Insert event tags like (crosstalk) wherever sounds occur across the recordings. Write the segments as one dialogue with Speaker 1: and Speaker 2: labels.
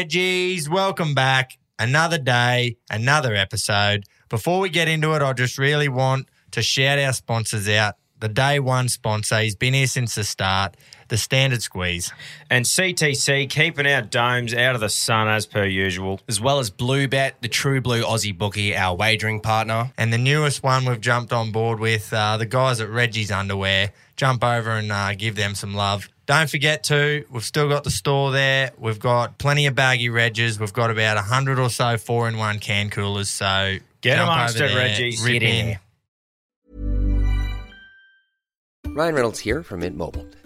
Speaker 1: Reggie's, welcome back. Another day, another episode. Before we get into it, I just really want to shout our sponsors out. The day one sponsor, he's been here since the start, the Standard Squeeze.
Speaker 2: And CTC keeping our domes out of the sun as per usual.
Speaker 3: as well as Blue Bet, the True Blue Aussie bookie, our wagering partner.
Speaker 1: And the newest one we've jumped on board with, uh, the guys at Reggie's Underwear. Jump over and uh, give them some love. Don't forget to, we've still got the store there. We've got plenty of baggy Reggies. We've got about 100 or so four in one can coolers. So
Speaker 2: Get
Speaker 1: jump
Speaker 2: amongst
Speaker 1: over
Speaker 2: it,
Speaker 1: there,
Speaker 2: Reggie's.
Speaker 1: Rip
Speaker 2: Get in.
Speaker 1: in.
Speaker 4: Ryan Reynolds here from Mint Mobile.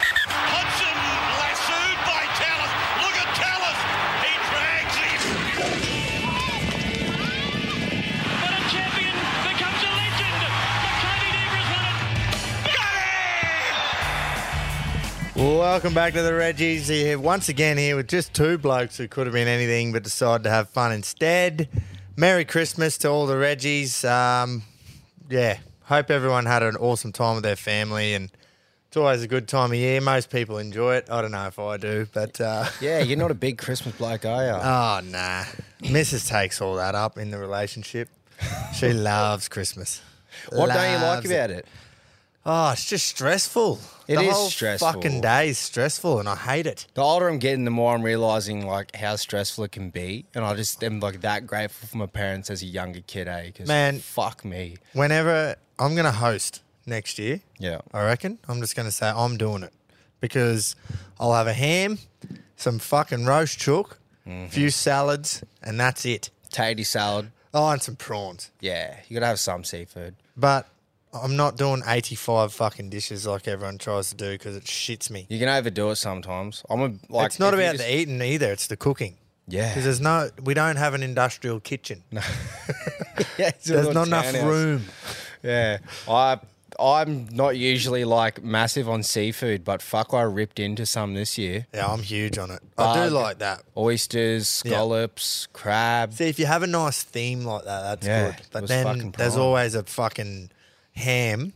Speaker 5: Hudson lassoed by Tallis. Look at Tallis. He drags him. But a champion becomes a legend. Maccabi Debra has won it. Got it!
Speaker 1: Welcome back to the Reggies. Here once again here with just two blokes who could have been anything but decided to have fun instead. Merry Christmas to all the Reggies. Um, yeah, hope everyone had an awesome time with their family, and it's always a good time of year. Most people enjoy it. I don't know if I do, but uh, (laughs)
Speaker 3: Yeah, you're not a big Christmas bloke, are you?
Speaker 1: oh nah, Mrs. takes all that up in the relationship.
Speaker 3: (laughs)
Speaker 1: She loves Christmas.
Speaker 3: what don't you like
Speaker 1: Loves
Speaker 3: about it?
Speaker 1: Oh, it's just stressful.
Speaker 3: It
Speaker 1: the
Speaker 3: is
Speaker 1: whole
Speaker 3: stressful.
Speaker 1: Fucking day is stressful, and I hate it.
Speaker 3: The older I'm getting, the more I'm realizing like how stressful it can be, and I just am like that grateful for my parents as a younger kid, eh? 'Cause
Speaker 1: Man.
Speaker 3: fuck me.
Speaker 1: whenever I'm going to host next year,
Speaker 3: Yeah.
Speaker 1: I reckon I'm just going to say I'm doing it because I'll have a ham, some fucking roast chook,
Speaker 3: Mm-hmm.
Speaker 1: a few salads, and that's it.
Speaker 3: Tatty salad.
Speaker 1: Oh, and some prawns.
Speaker 3: Yeah, you gotta have some seafood.
Speaker 1: But I'm not doing 85 fucking dishes like everyone tries to do because it shits me.
Speaker 3: You can overdo it sometimes. I'm a like.
Speaker 1: it's not
Speaker 3: if you
Speaker 1: about
Speaker 3: just-
Speaker 1: the eating either; it's the cooking.
Speaker 3: Yeah.
Speaker 1: because there's no, we don't have an industrial kitchen.
Speaker 3: (laughs) Yeah, it's a
Speaker 1: there's not
Speaker 3: little
Speaker 1: enough
Speaker 3: townhouse.
Speaker 1: room.
Speaker 3: Yeah, I I'm not usually like massive on seafood, but fuck, I ripped into some this year.
Speaker 1: Yeah, I'm huge on it. I
Speaker 3: Bug.
Speaker 1: do like that.
Speaker 3: Oysters,
Speaker 1: Yeah.
Speaker 3: scallops, crab.
Speaker 1: See, if you have a nice theme like that, that's
Speaker 3: Yeah,
Speaker 1: good.
Speaker 3: it
Speaker 1: But
Speaker 3: was
Speaker 1: then
Speaker 3: fucking
Speaker 1: there's
Speaker 3: prime.
Speaker 1: always a fucking ham,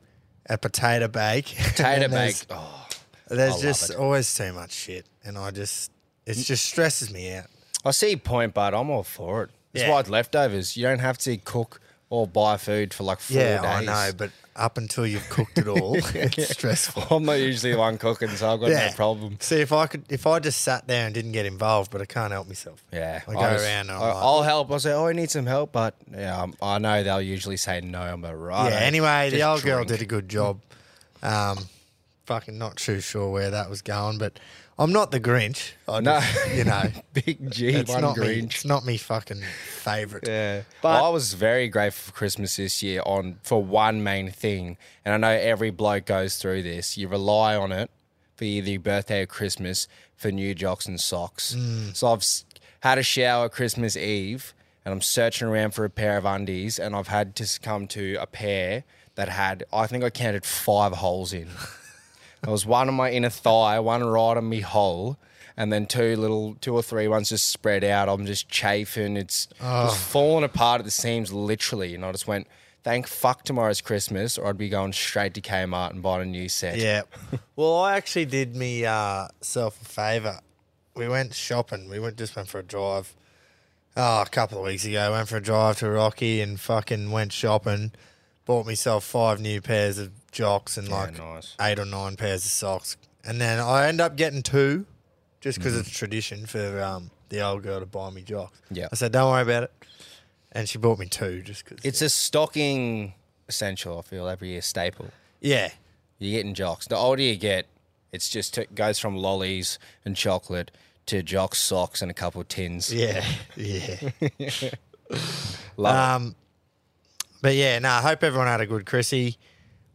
Speaker 1: a potato bake. (laughs) and
Speaker 3: Tater
Speaker 1: then there's-
Speaker 3: bake. Oh, I
Speaker 1: There's
Speaker 3: love
Speaker 1: just
Speaker 3: it.
Speaker 1: always too much shit. And I just, it just stresses me out.
Speaker 3: I see your point, but I'm all for it. It's
Speaker 1: Yeah.
Speaker 3: why it's leftovers. You don't have to cook or buy food for like four
Speaker 1: yeah, I
Speaker 3: days.
Speaker 1: know.
Speaker 3: (laughs)
Speaker 1: But up until you've cooked it all, (laughs) it's stressful.
Speaker 3: I'm not usually the one cooking, so I've got no problem.
Speaker 1: See, if I could, if I just sat there and didn't get involved, but I can't help myself.
Speaker 3: Yeah,
Speaker 1: I go
Speaker 3: just-
Speaker 1: around. And I'm
Speaker 3: I,
Speaker 1: like,
Speaker 3: will help. I say, oh, I need some help, but yeah, um, I know they'll usually say no. I'm like, right.
Speaker 1: yeah. Anyway, the old girl did a good job. Um, fucking not too sure where that was going, but I'm not the Grinch. I
Speaker 3: No.
Speaker 1: just, you
Speaker 3: (laughs)
Speaker 1: know.
Speaker 3: (laughs) big G.
Speaker 1: it's
Speaker 3: one
Speaker 1: not me.
Speaker 3: Grinch.
Speaker 1: It's not me fucking favorite.
Speaker 3: Yeah.
Speaker 1: But-
Speaker 3: I was very grateful for Christmas this year on for one main thing, and I know every bloke goes through this. You rely on it for either your birthday or Christmas for new jocks and socks. So I've s- had a shower Christmas Eve, and I'm searching around for a pair of undies, and I've had to succumb to a pair that had I think I counted five holes in. There was one on my inner thigh, one right on me hole, and then two little, two or three ones just spread out. I'm just chafing. It's just falling apart at the seams, literally. And I just went, thank fuck tomorrow's Christmas, or I'd be going straight to Kmart and buying a new set.
Speaker 1: Yeah. well, I actually did me uh, self a favor. We went shopping. We went just went for a drive. Oh, a couple of weeks ago, went for a drive to Rocky and fucking went shopping. Bought myself five new pairs of jocks and like
Speaker 3: nice.
Speaker 1: eight or nine pairs of socks, and then I end up getting two, just because
Speaker 3: Mm.
Speaker 1: it's tradition for um, the old girl to buy me jocks.
Speaker 3: Yeah.
Speaker 1: I said, "Don't worry about it," and she bought me two just because
Speaker 3: It's a stocking essential, I feel, every year staple.
Speaker 1: yeah,
Speaker 3: You're getting jocks. The older you get, it's just it goes from lollies and chocolate to jocks, socks, and a couple of tins.
Speaker 1: yeah, (laughs) yeah.
Speaker 3: Love it. Ah.
Speaker 1: Um, But yeah, no, I hope everyone had a good Chrissy.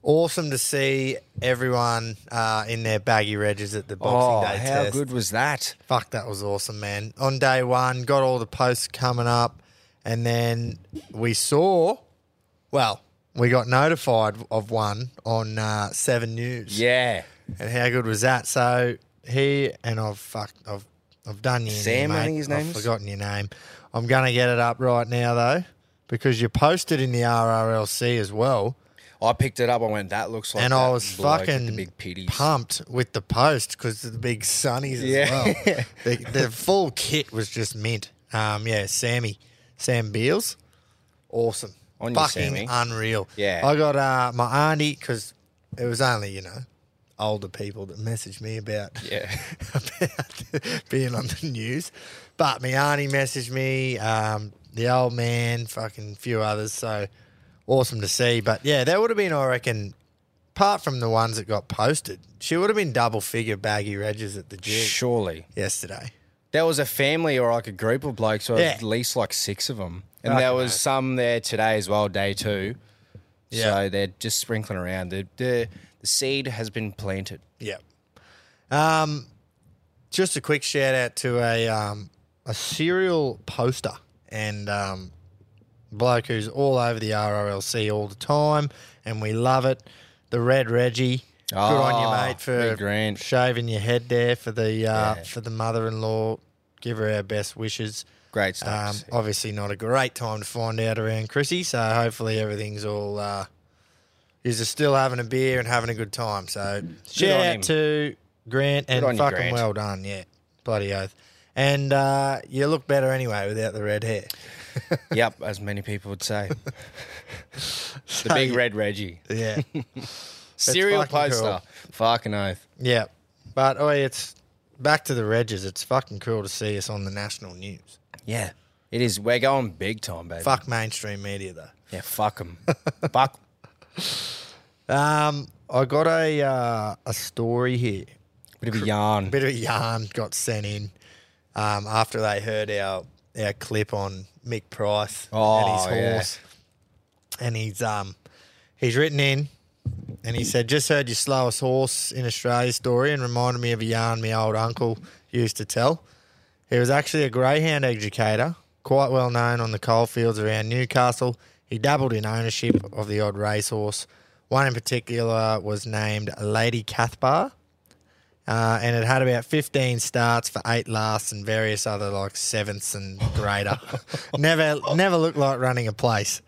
Speaker 1: awesome to see everyone uh, in their baggy regs at the
Speaker 3: Oh,
Speaker 1: Boxing Day
Speaker 3: how
Speaker 1: test.
Speaker 3: good was that?
Speaker 1: Fuck, that was awesome, man. On day one, got all the posts coming up, and then we saw, well, we got notified of one on uh, Seven News.
Speaker 3: Yeah.
Speaker 1: And how good was that? So he and I've fucked, I've, I've done you. in
Speaker 3: Sam,
Speaker 1: here,
Speaker 3: I
Speaker 1: mate.
Speaker 3: think his
Speaker 1: I've
Speaker 3: name is.
Speaker 1: forgotten your name. I'm gonna get it up right now though, because you posted in the RRLC as well,
Speaker 3: I picked it up. I went, that looks like
Speaker 1: and
Speaker 3: that
Speaker 1: I was
Speaker 3: bloke with
Speaker 1: fucking
Speaker 3: the big pitties.
Speaker 1: pumped with the post because the big sunnies as
Speaker 3: Yeah. (laughs)
Speaker 1: well. the, the full kit was just mint. Um, yeah, Sammy, Sam Beals, awesome,
Speaker 3: On you,
Speaker 1: fucking
Speaker 3: Sammy.
Speaker 1: unreal.
Speaker 3: Yeah.
Speaker 1: I got uh, my auntie because it was only you know older people that messaged me about (laughs)
Speaker 3: Yeah.
Speaker 1: about (laughs) being on the news. But my auntie messaged me, um, the old man, fucking few others. So awesome to see. But yeah, that would have been, I reckon, apart from the ones that got posted, she would have been double figure baggy regs at the gym
Speaker 3: Surely.
Speaker 1: yesterday.
Speaker 3: There was a family or like a group of blokes, or
Speaker 1: Yeah.
Speaker 3: at least like six of them. And there was some there today as well, day two.
Speaker 1: Yeah.
Speaker 3: So they're just sprinkling around. The, the, the seed has been planted.
Speaker 1: Yeah. Um, just a quick shout out to a um, a serial poster and um, bloke who's all over the RRLC all the time, and we love it. The Red Reggie. Good on
Speaker 3: Ah,
Speaker 1: you, mate,
Speaker 3: Big
Speaker 1: for
Speaker 3: Grant.
Speaker 1: shaving your head there for the uh,
Speaker 3: Yeah.
Speaker 1: for the mother-in-law. Give her our best wishes.
Speaker 3: Great stuff.
Speaker 1: Um,
Speaker 3: to see.
Speaker 1: obviously, not a great time to find out around Chrissy. So hopefully, everything's all. Uh, is just still having a beer and having a good time. So shout
Speaker 3: on
Speaker 1: out
Speaker 3: him.
Speaker 1: to Grant and
Speaker 3: on you,
Speaker 1: fucking
Speaker 3: Grant.
Speaker 1: well done. Yeah, bloody oath. And uh, you look better anyway without the red hair.
Speaker 3: (laughs) yep, as many people would say. the
Speaker 1: (laughs)
Speaker 3: big red Reggie.
Speaker 1: Yeah,
Speaker 3: Serial
Speaker 1: fucking
Speaker 3: poster. Fucking oath.
Speaker 1: yeah. But oh, it's back to the Regis. It's fucking cool to see us on the national news.
Speaker 3: Yeah. It is. We're going big time, baby.
Speaker 1: Fuck mainstream media though.
Speaker 3: Yeah,
Speaker 1: (laughs)
Speaker 3: fuck them. fuck. 'em.
Speaker 1: Um, I got a uh, a story here.
Speaker 3: Bit of a yarn.
Speaker 1: bit of a yarn got sent in um, after they heard our our clip on Mick Price
Speaker 3: Oh,
Speaker 1: and his
Speaker 3: yeah.
Speaker 1: horse, and he's um he's written in and he said, "Just heard your slowest horse in Australia story and reminded me of a yarn my old uncle used to tell. He was actually a greyhound educator, quite well known on the coalfields around Newcastle. He dabbled in ownership of the odd racehorse. One in particular was named Lady Cathbar." uh, and it had about 15 starts for eight lasts and various other like sevenths and greater. (laughs) never, never looked like running a place.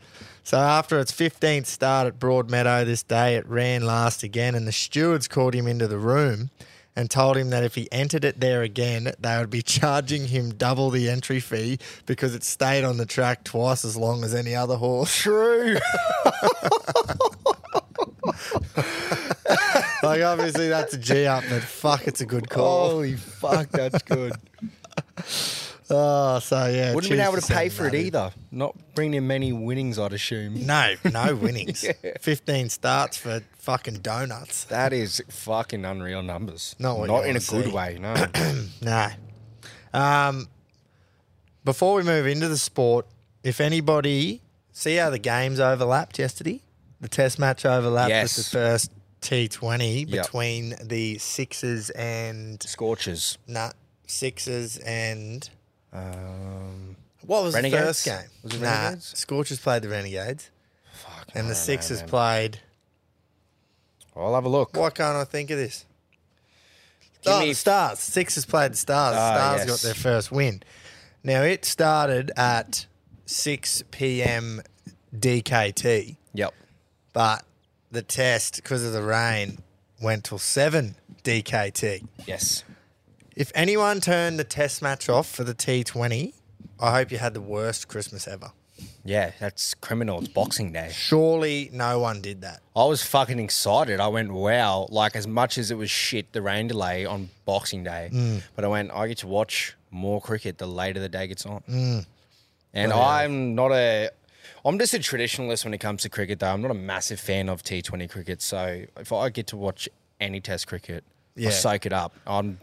Speaker 1: So after its 15th start at Broadmeadow this day, it ran last again, and the stewards called him into the room and told him that if he entered it there again, they would be (laughs) charging him double the entry fee because it stayed on the track twice as long as any other horse.
Speaker 3: (laughs) True.
Speaker 1: like obviously that's a G up, but fuck, it's a good call.
Speaker 3: Holy fuck, that's good.
Speaker 1: (laughs) Oh, so yeah,
Speaker 3: Wouldn't have
Speaker 1: cheers
Speaker 3: been able to
Speaker 1: sending
Speaker 3: pay for it
Speaker 1: that in.
Speaker 3: either. Not bringing in many winnings, I'd assume.
Speaker 1: No,
Speaker 3: (laughs)
Speaker 1: no winnings. 15 starts for fucking donuts.
Speaker 3: That is fucking unreal numbers.
Speaker 1: Not what
Speaker 3: Not
Speaker 1: you
Speaker 3: in
Speaker 1: wanna
Speaker 3: a good
Speaker 1: see.
Speaker 3: way, no.
Speaker 1: (coughs) No. Um, before we move into the sport, if anybody see how the games overlapped yesterday, the test match overlapped
Speaker 3: Yes.
Speaker 1: with the first T20
Speaker 3: Yep.
Speaker 1: between the Sixers and
Speaker 3: Scorchers.
Speaker 1: nah, Sixers and what was
Speaker 3: Um, Renegades?
Speaker 1: the first game?
Speaker 3: Was it
Speaker 1: nah,
Speaker 3: Renegades?
Speaker 1: Scorchers played the Renegades,
Speaker 3: Fuck.
Speaker 1: and
Speaker 3: I
Speaker 1: the
Speaker 3: don't
Speaker 1: Sixers
Speaker 3: know, man.
Speaker 1: played.
Speaker 3: I'll have a look.
Speaker 1: Why can't I think of this?
Speaker 3: Give
Speaker 1: oh,
Speaker 3: me-
Speaker 1: the Stars. Sixers played the Stars. The
Speaker 3: Ah,
Speaker 1: Stars
Speaker 3: yes.
Speaker 1: got their first win. Now, it started at 6 p.m. DKT,
Speaker 3: Yep.
Speaker 1: but the test, because of the rain, went till 7 DKT.
Speaker 3: Yes.
Speaker 1: If anyone turned the test match off for the T20, I hope you had the worst Christmas ever.
Speaker 3: Yeah, that's criminal. It's Boxing Day.
Speaker 1: Surely no one did that.
Speaker 3: I was fucking excited. I went, wow. Like, as much as it was shit, the rain delay on Boxing Day,
Speaker 1: Mm.
Speaker 3: but I went, I get to watch more cricket the later the day gets on.
Speaker 1: Mm.
Speaker 3: And I'm not a. I'm just a traditionalist when it comes to cricket, though. I'm not a massive fan of T20 cricket. So if I get to watch any Test cricket,
Speaker 1: Yeah.
Speaker 3: I soak it up. I'm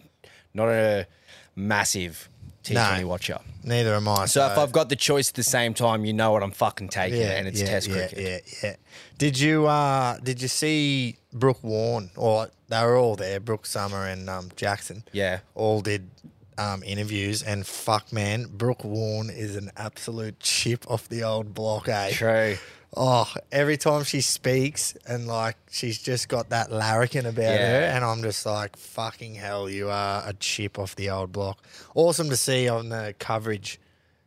Speaker 3: not a massive T20
Speaker 1: No.
Speaker 3: watcher.
Speaker 1: Neither am I.
Speaker 3: So if I've got the choice at the same time, you know what I'm fucking taking, and it's test
Speaker 1: yeah,
Speaker 3: cricket.
Speaker 1: Yeah, yeah. Did you uh did you see Brooke Warren or they were all there, Brooke Summer and um Jackson.
Speaker 3: Yeah.
Speaker 1: All did um interviews and fuck man, Brooke Warren is an absolute chip off the old block, eh?
Speaker 3: True.
Speaker 1: Oh, every time she speaks and like she's just got that larrikin about
Speaker 3: Yeah.
Speaker 1: her, and I'm just like, fucking hell, you are a chip off the old block. Awesome to see on the coverage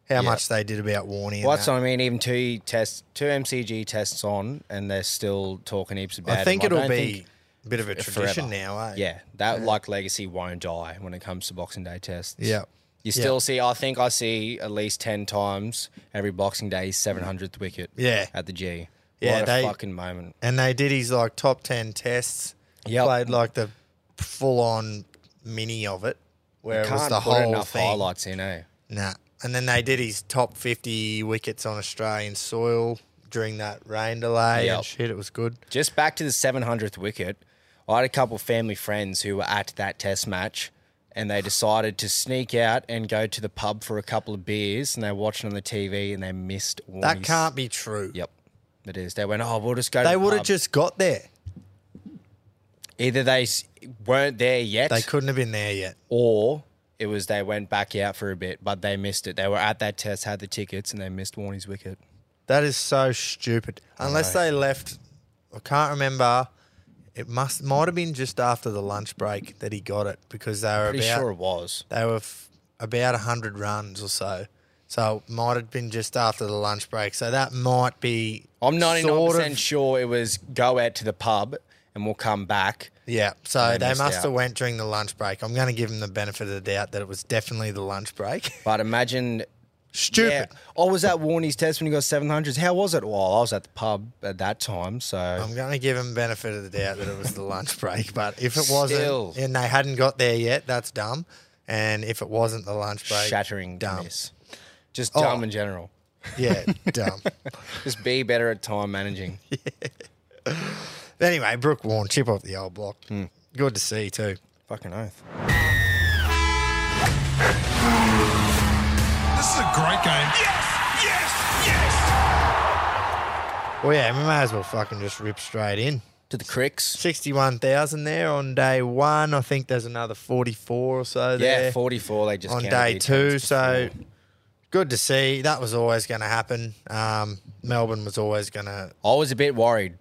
Speaker 1: how much they did about Warney. and
Speaker 3: Well, that's
Speaker 1: that.
Speaker 3: what I mean. Even two tests, two MCG tests on, and they're still talking heaps about.
Speaker 1: I think
Speaker 3: him.
Speaker 1: it'll
Speaker 3: don't
Speaker 1: be
Speaker 3: think
Speaker 1: a bit of a
Speaker 3: forever.
Speaker 1: tradition now, eh?
Speaker 3: Yeah, that like legacy won't die when it comes to Boxing Day tests.
Speaker 1: Yeah.
Speaker 3: you
Speaker 1: Yeah.
Speaker 3: still see. I think I see at least ten times every Boxing Day seven hundredth wicket.
Speaker 1: Yeah.
Speaker 3: at the G.
Speaker 1: Yeah,
Speaker 3: what a
Speaker 1: they-
Speaker 3: fucking moment.
Speaker 1: And they did his like top ten tests.
Speaker 3: Yep.
Speaker 1: Played like the full on mini of it, where it was
Speaker 3: Can't
Speaker 1: the
Speaker 3: put
Speaker 1: whole
Speaker 3: enough
Speaker 1: thing.
Speaker 3: highlights in, eh?
Speaker 1: Nah. And then they did his top 50 wickets on Australian soil during that rain delay
Speaker 3: Yep.
Speaker 1: and shit. It was good.
Speaker 3: Just back to the 700th wicket, I had a couple of family friends who were at that test match and they decided to sneak out and go to the pub for a couple of beers and they're watching on the TV and they missed Warnie's.
Speaker 1: That can't be true.
Speaker 3: Yep, it is. They went, oh, we'll just go to
Speaker 1: They
Speaker 3: the
Speaker 1: would have
Speaker 3: pub."
Speaker 1: just got there.
Speaker 3: Either they s- weren't there yet
Speaker 1: They couldn't have been there yet.
Speaker 3: or it was they went back out for a bit, but they missed it. They were at that test, had the tickets, and they missed Warnie's wicket.
Speaker 1: That is so stupid. Unless they left, I can't remember. It must might have been just after the lunch break that he got it because they were
Speaker 3: Pretty
Speaker 1: about
Speaker 3: sure it was.
Speaker 1: they were f- about hundred runs or so. So it might have been just after the lunch break. So that might be.
Speaker 3: I'm 99%
Speaker 1: sort of-
Speaker 3: sure it was go out to the pub and we'll come back.
Speaker 1: Yeah, so they,
Speaker 3: They missed
Speaker 1: must
Speaker 3: out.
Speaker 1: have went during the lunch break. I'm going to give them the benefit of the doubt that it was definitely the lunch break. (laughs)
Speaker 3: But imagine.
Speaker 1: Stupid.
Speaker 3: Yeah. I was at Warney's test when he got 700s. How was it? Well, I was at the pub at that time. So
Speaker 1: I'm going to give them benefit of the doubt that it was the lunch (laughs) break. But if it wasn't,
Speaker 3: Still.
Speaker 1: and they hadn't got there yet, that's dumb. And if it wasn't the lunch break,
Speaker 3: shattering
Speaker 1: dumb.
Speaker 3: miss. Just
Speaker 1: Oh.
Speaker 3: dumb in general.
Speaker 1: Yeah,
Speaker 3: (laughs)
Speaker 1: dumb.
Speaker 3: Just be better at
Speaker 1: (laughs)
Speaker 3: time managing.
Speaker 1: Anyway, Brooke Warren, chip off the old block.
Speaker 3: Hmm.
Speaker 1: Good to see too.
Speaker 3: Fucking oath.
Speaker 6: This is a great game.
Speaker 1: Well, yeah, we may as well fucking just rip straight in.
Speaker 3: To the cricks.
Speaker 1: 61,000 there on day one. I think there's another 44 or so there.
Speaker 3: Yeah, 44. They just
Speaker 1: on
Speaker 3: counted
Speaker 1: day
Speaker 3: the
Speaker 1: two.
Speaker 3: attempts
Speaker 1: So
Speaker 3: before.
Speaker 1: good to see. That was always going to happen. Um, Melbourne was always going to.
Speaker 3: I was a bit worried.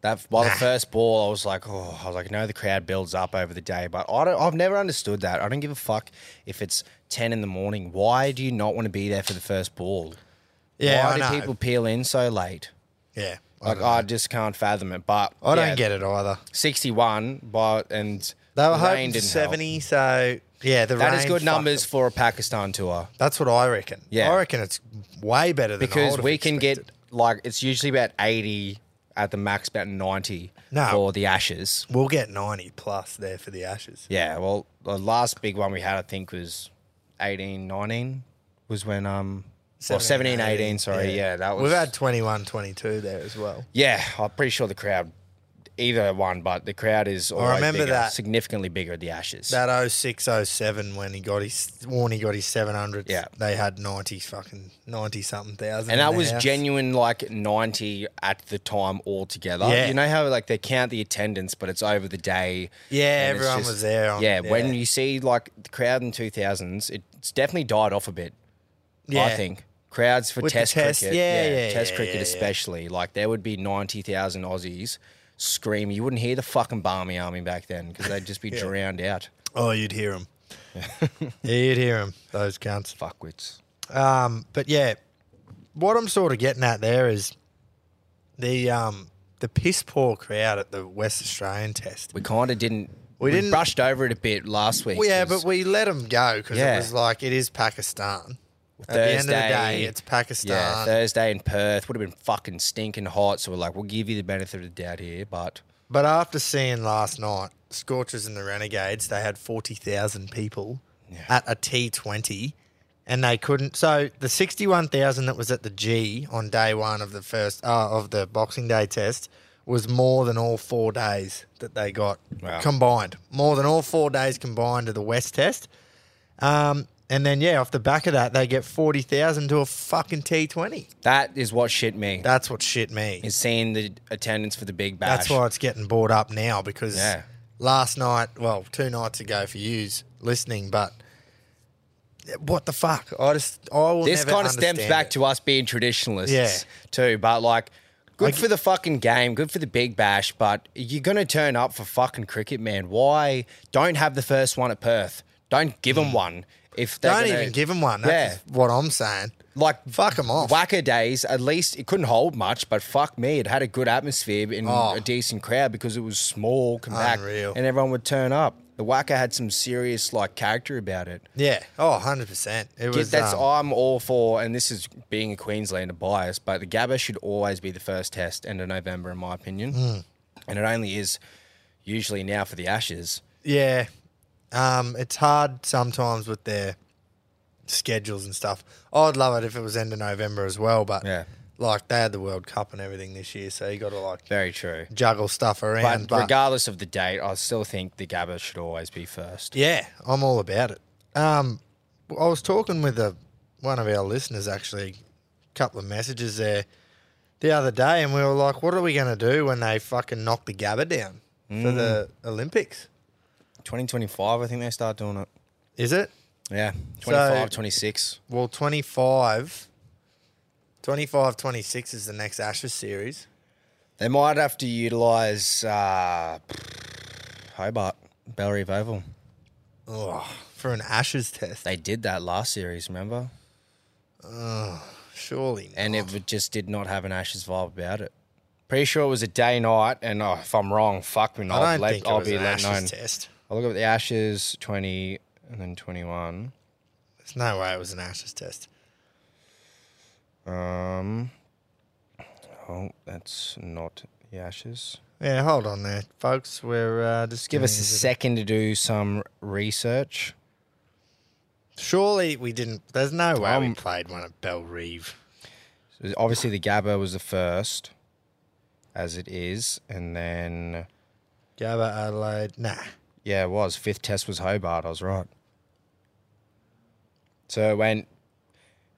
Speaker 3: That by the first ball, I was like, oh, I was like, no, the crowd builds up over the day, but I don't. I've never understood that. I don't give a fuck if it's ten in the morning. Why do you not want to be there for the first ball?
Speaker 1: Yeah,
Speaker 3: Why
Speaker 1: I
Speaker 3: do
Speaker 1: know.
Speaker 3: people peel in so late?
Speaker 1: Yeah, I
Speaker 3: Like
Speaker 1: don't,
Speaker 3: I, just can't fathom it. But
Speaker 1: Oh, I don't get it either.
Speaker 3: Sixty-one, but and
Speaker 1: They were
Speaker 3: the
Speaker 1: hoping
Speaker 3: rain
Speaker 1: for
Speaker 3: didn't help.
Speaker 1: seventy, so yeah, the
Speaker 3: That
Speaker 1: rain
Speaker 3: is good
Speaker 1: fucked
Speaker 3: numbers
Speaker 1: them.
Speaker 3: for a Pakistan tour
Speaker 1: That's what I reckon.
Speaker 3: Yeah.
Speaker 1: I reckon it's way better than I
Speaker 3: because
Speaker 1: would've
Speaker 3: we can
Speaker 1: expected.
Speaker 3: get like it's usually about eighty at the max, about ninety
Speaker 1: No.
Speaker 3: for the Ashes.
Speaker 1: We'll get ninety plus there for the Ashes.
Speaker 3: Yeah, well, the last big one we had, I think, was 18, 19, was when, um, well, 17, 18, sorry. Yeah, that was.
Speaker 1: We've had 21, 22 there as well.
Speaker 3: yeah, I'm pretty sure the crowd, either one, but the crowd is always
Speaker 1: remember
Speaker 3: bigger,
Speaker 1: that.
Speaker 3: significantly bigger at the Ashes.
Speaker 1: That 06, 07 when he got his when he got his seven hundred.
Speaker 3: Yeah.
Speaker 1: they had ninety fucking ninety something thousand,
Speaker 3: and
Speaker 1: in
Speaker 3: that
Speaker 1: the
Speaker 3: was
Speaker 1: house.
Speaker 3: genuine, like 90 at the time altogether.
Speaker 1: Yeah.
Speaker 3: You know how, like, they count the attendance, but it's over the day.
Speaker 1: Yeah,
Speaker 3: and it's
Speaker 1: everyone was there on-
Speaker 3: yeah, when
Speaker 1: yeah.
Speaker 3: you see, like, the crowd in 2000s, it's definitely died off a bit. I think. Crowds for
Speaker 1: With the
Speaker 3: test,
Speaker 1: test,
Speaker 3: cricket,
Speaker 1: yeah, yeah,
Speaker 3: test
Speaker 1: yeah,
Speaker 3: cricket
Speaker 1: yeah, yeah.
Speaker 3: especially. Like there would be ninety thousand Aussies screaming. You wouldn't hear the fucking Barmy Army back then because
Speaker 1: (laughs)
Speaker 3: they'd just be drowned out.
Speaker 1: Oh, you'd hear
Speaker 3: (laughs)
Speaker 1: them. yeah, you'd hear them. Those counts.
Speaker 3: Fuckwits.
Speaker 1: Um, but yeah, what I'm sort of getting at there is the um the piss poor crowd at the West Australian Test.
Speaker 3: We kind of didn't.
Speaker 1: We
Speaker 3: We,
Speaker 1: didn't-
Speaker 3: didn't brushed over it a bit last week.
Speaker 1: Well, yeah,
Speaker 3: 'cause
Speaker 1: but we let them go because it
Speaker 3: Yeah.
Speaker 1: was like it is Pakistan. At the end of the day, it's Pakistan.
Speaker 3: Yeah, Thursday in Perth would have been fucking stinking hot. So we're like, we'll give you the benefit of the doubt here, but
Speaker 1: But after seeing last night, Scorchers and the Renegades, they had 40,000 people at a T20 and they couldn't. So the 61,000 that was at the G on day one of the first uh, of the Boxing Day test was more than all four days that they got
Speaker 3: Wow.
Speaker 1: combined. More than all four days combined to the West test. Um, And then yeah, off the back of that, they get forty thousand to a fucking T twenty.
Speaker 3: That is what shit me.
Speaker 1: That's what shit me.
Speaker 3: Is seeing the attendance for the big bash.
Speaker 1: That's why it's getting brought up now because
Speaker 3: Yeah.
Speaker 1: last night, well, two nights ago for yous listening, but what the fuck? I just I will.
Speaker 3: This
Speaker 1: never
Speaker 3: kind of stems
Speaker 1: understand
Speaker 3: back
Speaker 1: it.
Speaker 3: to us being traditionalists,
Speaker 1: Yeah.
Speaker 3: too. But like, good
Speaker 1: Like-
Speaker 3: for the fucking game, good for the big bash. But you're gonna turn up for fucking cricket, man. Why don't have the first one at Perth? Don't give them one. If they're
Speaker 1: Mm. Don't
Speaker 3: gonna-
Speaker 1: even give them one. That's
Speaker 3: yeah,
Speaker 1: what I'm saying.
Speaker 3: like
Speaker 1: fuck 'em off.
Speaker 3: Wacker days. At least it couldn't hold much, but fuck me, it had a good atmosphere and
Speaker 1: Oh.
Speaker 3: a decent crowd because it was small, compact,
Speaker 1: Unreal.
Speaker 3: and everyone would turn up. The Wacker had some serious like character about it.
Speaker 1: Yeah. Oh, 100 percent. It
Speaker 3: Get-
Speaker 1: was.
Speaker 3: that's
Speaker 1: um,
Speaker 3: I'm all for, and this is being a Queenslander bias, but the Gabba should always be the first test end of November, in my opinion.
Speaker 1: Hmm.
Speaker 3: And it only is usually now for the Ashes.
Speaker 1: Yeah. Um, it's hard sometimes with their schedules and stuff. I'd love it if it was end of November as well, but
Speaker 3: Yeah.
Speaker 1: like they had the World Cup and everything this year, so you got to like
Speaker 3: Very true.
Speaker 1: juggle stuff
Speaker 3: But,
Speaker 1: around. But,
Speaker 3: regardless of the date, I still think the Gabba should always be first.
Speaker 1: yeah, I'm all about it. Um, I was talking with a, one of our listeners actually, a couple of messages there the other day, and we were like, "What are we going to do when they fucking knock the Gabba down for the
Speaker 3: Mm.
Speaker 1: Olympics?
Speaker 3: 2025, I think they start doing it.
Speaker 1: Is it
Speaker 3: Yeah, 25,
Speaker 1: So-
Speaker 3: 26.
Speaker 1: Well, 25, 25, 26 is the next Ashes series.
Speaker 3: They might have to utilize uh, Hobart, Bellerive Oval.
Speaker 1: Oh, for an Ashes test.
Speaker 3: They did that last series, remember?
Speaker 1: Surely.
Speaker 3: and it would- just did not have an Ashes vibe about it. Pretty sure it was a day night, and oh, if I'm wrong, fuck me, I'll,
Speaker 1: I don't
Speaker 3: let,
Speaker 1: think it
Speaker 3: I'll
Speaker 1: was
Speaker 3: be
Speaker 1: an
Speaker 3: let
Speaker 1: Ashes
Speaker 3: known.
Speaker 1: test.
Speaker 3: I'll look up the Ashes 20 and then 21.
Speaker 1: There's no way it was an Ashes test.
Speaker 3: Um, oh, that's not the Ashes.
Speaker 1: Yeah, hold on there, folks. We're uh, just
Speaker 3: Give us a
Speaker 1: getting-
Speaker 3: second to do some research.
Speaker 1: Surely we didn't. There's no way we
Speaker 3: Um,
Speaker 1: played one at Bell Reeve.
Speaker 3: Obviously, the Gabba was the first, as it is, and then
Speaker 1: Gabba Adelaide. Nah.
Speaker 3: Yeah, it was. Fifth test was Hobart. I was right. So it went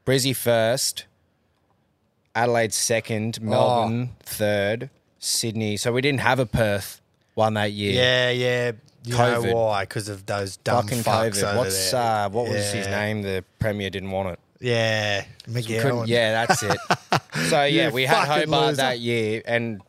Speaker 3: Brizzy first, Adelaide second,
Speaker 1: Oh.
Speaker 3: Melbourne third, Sydney. So we didn't have a Perth one that year.
Speaker 1: Yeah, yeah. You
Speaker 3: COVID.
Speaker 1: know why? Because of those dumb
Speaker 3: Fucking
Speaker 1: fucks
Speaker 3: COVID.
Speaker 1: over
Speaker 3: What's
Speaker 1: there.
Speaker 3: uh, what was his
Speaker 1: Yeah.
Speaker 3: name? The Premier didn't want it.
Speaker 1: Yeah, Miguel.
Speaker 3: Couldn't,
Speaker 1: and-
Speaker 3: yeah, that's it. so yeah,
Speaker 1: You
Speaker 3: we had
Speaker 1: fucking
Speaker 3: Hobart
Speaker 1: loser.
Speaker 3: that year, and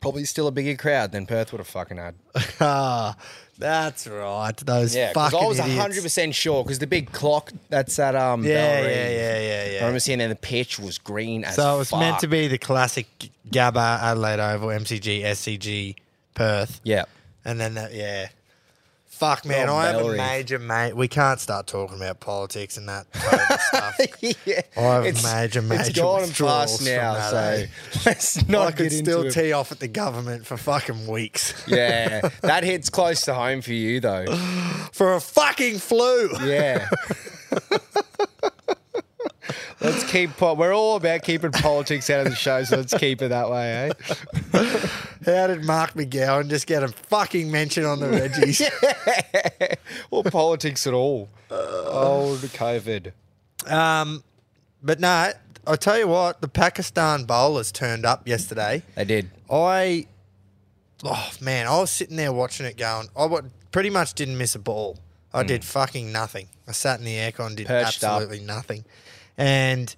Speaker 3: probably still a bigger crowd than Perth would have fucking had.
Speaker 1: (laughs) Ah, that's right. Those
Speaker 3: Yeah, because
Speaker 1: fucking
Speaker 3: I was
Speaker 1: idiots.
Speaker 3: hundred percent sure because the big clock that's at um
Speaker 1: Yeah,
Speaker 3: Bellarine.
Speaker 1: yeah, yeah, yeah,
Speaker 3: I
Speaker 1: yeah.
Speaker 3: remember seeing that the pitch was green as
Speaker 1: So it was meant to
Speaker 3: fuck.
Speaker 1: be the classic Gabba Adelaide Oval, MCG, SCG, Perth, (laughs)
Speaker 3: Yeah.
Speaker 1: and then that, yeah. Fuck man,
Speaker 3: Oh,
Speaker 1: I have a
Speaker 3: Mallory.
Speaker 1: major mate. We can't start talking about politics and that
Speaker 3: (laughs)
Speaker 1: kind of stuff. I have a major, major
Speaker 3: It's gone
Speaker 1: withdrawals
Speaker 3: past
Speaker 1: from
Speaker 3: now,
Speaker 1: that,
Speaker 3: so
Speaker 1: eh?
Speaker 3: (laughs) let's not
Speaker 1: I could
Speaker 3: get
Speaker 1: still
Speaker 3: into it.
Speaker 1: tee off at the government for fucking weeks
Speaker 3: (laughs) yeah, that hits close to home for you though.
Speaker 1: for a fucking flu.
Speaker 3: Yeah. let's keep. Po- we're all about keeping politics out of the show, so let's keep it that way, eh?
Speaker 1: How did Mark McGowan just get a fucking mention on the
Speaker 3: (laughs)
Speaker 1: Reggies?
Speaker 3: Or politics at all. Oh, the COVID.
Speaker 1: Um, but no, I tell you what, the Pakistan bowlers turned up yesterday.
Speaker 3: They did.
Speaker 1: I, oh man, I was sitting there watching it going. I wa- pretty much didn't miss a ball. I did fucking nothing. I sat in the aircon, did
Speaker 3: Hmm. Perched up.
Speaker 1: absolutely nothing, and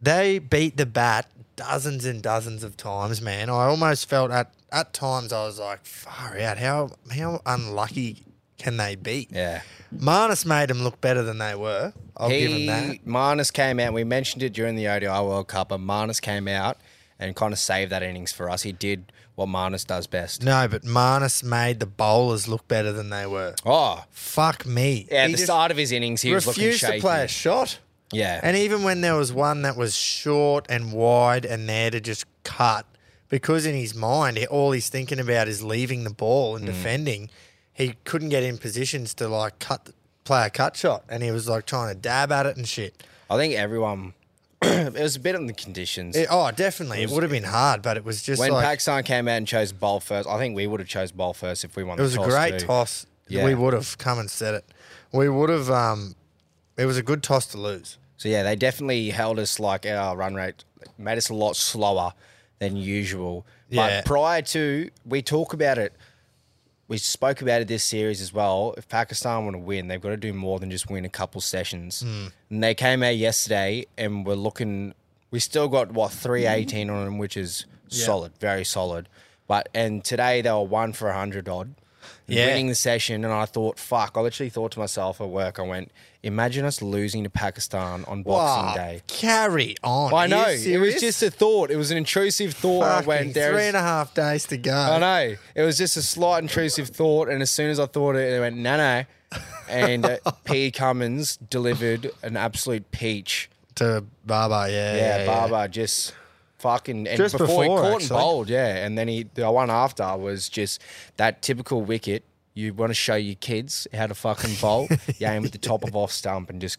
Speaker 1: they beat the bat dozens and dozens of times. Man, I almost felt at at times I was like, far out. How how unlucky can they be?
Speaker 3: Yeah.
Speaker 1: Marnus made them look better than they were. I'll give him that.
Speaker 3: Marnus came out. We mentioned it during the ODI World Cup, but Marnus came out and kind of saved that innings for us. He did what Marnus does best.
Speaker 1: No, but Marnus made the bowlers look better than they were.
Speaker 3: Oh,
Speaker 1: Fuck me.
Speaker 3: yeah.
Speaker 1: He
Speaker 3: the
Speaker 1: just
Speaker 3: start of his innings, he was looking
Speaker 1: refused
Speaker 3: shaky.
Speaker 1: to play a shot.
Speaker 3: Yeah,
Speaker 1: And even when there was one that was short and wide and there to just cut, because in his mind, he- all he's thinking about is leaving the ball and
Speaker 3: Mm.
Speaker 1: defending, he couldn't get in positions to like cut, play a cut shot. And he was like trying to dab at it and shit.
Speaker 3: I think everyone. (clears throat) it was a bit on the conditions.
Speaker 1: It- oh, definitely. It would have been hard, but it was just
Speaker 3: when
Speaker 1: like.
Speaker 3: Pakistan came out and chose bowl first, I think we would have chose bowl first if we won.
Speaker 1: It was
Speaker 3: the
Speaker 1: a
Speaker 3: toss
Speaker 1: great
Speaker 3: too.
Speaker 1: toss.
Speaker 3: Yeah.
Speaker 1: We would have come and said it. We would have um, It was a good toss to lose.
Speaker 3: So yeah, they definitely held us like our run rate made us a lot slower than usual.
Speaker 1: Yeah.
Speaker 3: But prior to we talk about it, we spoke about it this series as well. If Pakistan want to win, they've got to do more than just win a couple sessions.
Speaker 1: Hmm.
Speaker 3: And they came out yesterday and we're looking we still got what
Speaker 1: Hmm.
Speaker 3: 318 on them, which is solid, very solid. But and today they were one for hundred odd.
Speaker 1: Yeah.
Speaker 3: Winning the session, and I thought, fuck. I literally thought to myself at work, I went, imagine us losing to Pakistan on Boxing
Speaker 1: Wow,
Speaker 3: Day.
Speaker 1: Oh, Carry on.
Speaker 3: I
Speaker 1: Are
Speaker 3: know.
Speaker 1: you
Speaker 3: It was
Speaker 1: serious?
Speaker 3: just a thought. It was an intrusive thought. I
Speaker 1: Fucking
Speaker 3: went, there
Speaker 1: three
Speaker 3: is-
Speaker 1: and a half days to go.
Speaker 3: I know. It was just a slight intrusive thought. And as soon as I thought it, it went, no, no. And
Speaker 1: (laughs)
Speaker 3: uh, P. Cummins delivered an absolute peach.
Speaker 1: To Baba, yeah.
Speaker 3: Yeah, Barber just fucking. And
Speaker 1: Just
Speaker 3: he
Speaker 1: before,
Speaker 3: caught and
Speaker 1: actually.
Speaker 3: bowled, yeah. And then he, the one after was just that typical wicket. You want to show your kids how to fucking
Speaker 1: (laughs)
Speaker 3: bowl. you aim at the top of off stump and just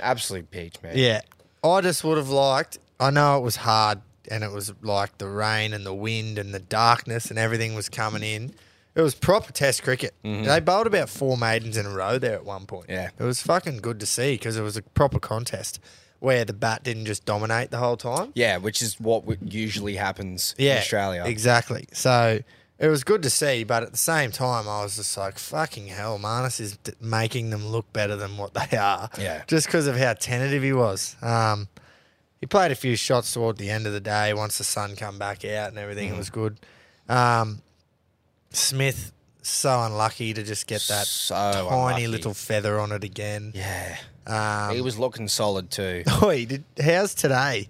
Speaker 3: absolute peach, man.
Speaker 1: Yeah. I just would have liked, I know it was hard and it was like the rain and the wind and the darkness and everything was coming in. It was proper test cricket. They bowled about four maidens in a row there at one point.
Speaker 3: Mm-hmm. Yeah.
Speaker 1: It was fucking good to see because it was a proper contest where the bat didn't just dominate the whole time.
Speaker 3: Yeah, which is what w- usually happens in Australia.
Speaker 1: Exactly. So it was good to see, but at the same time, I was just like, fucking hell, Marnus is d- making them look better than what they are.
Speaker 3: Yeah.
Speaker 1: Just because of how tentative he was. Um, he played a few shots toward the end of the day once the sun come back out and everything. It
Speaker 3: Mm.
Speaker 1: was good. Um, Smith, so unlucky to just get that
Speaker 3: So
Speaker 1: tiny
Speaker 3: unlucky.
Speaker 1: little um, feather on it again.
Speaker 3: Yeah. he was looking solid too.
Speaker 1: (laughs) Boy, did, how's today?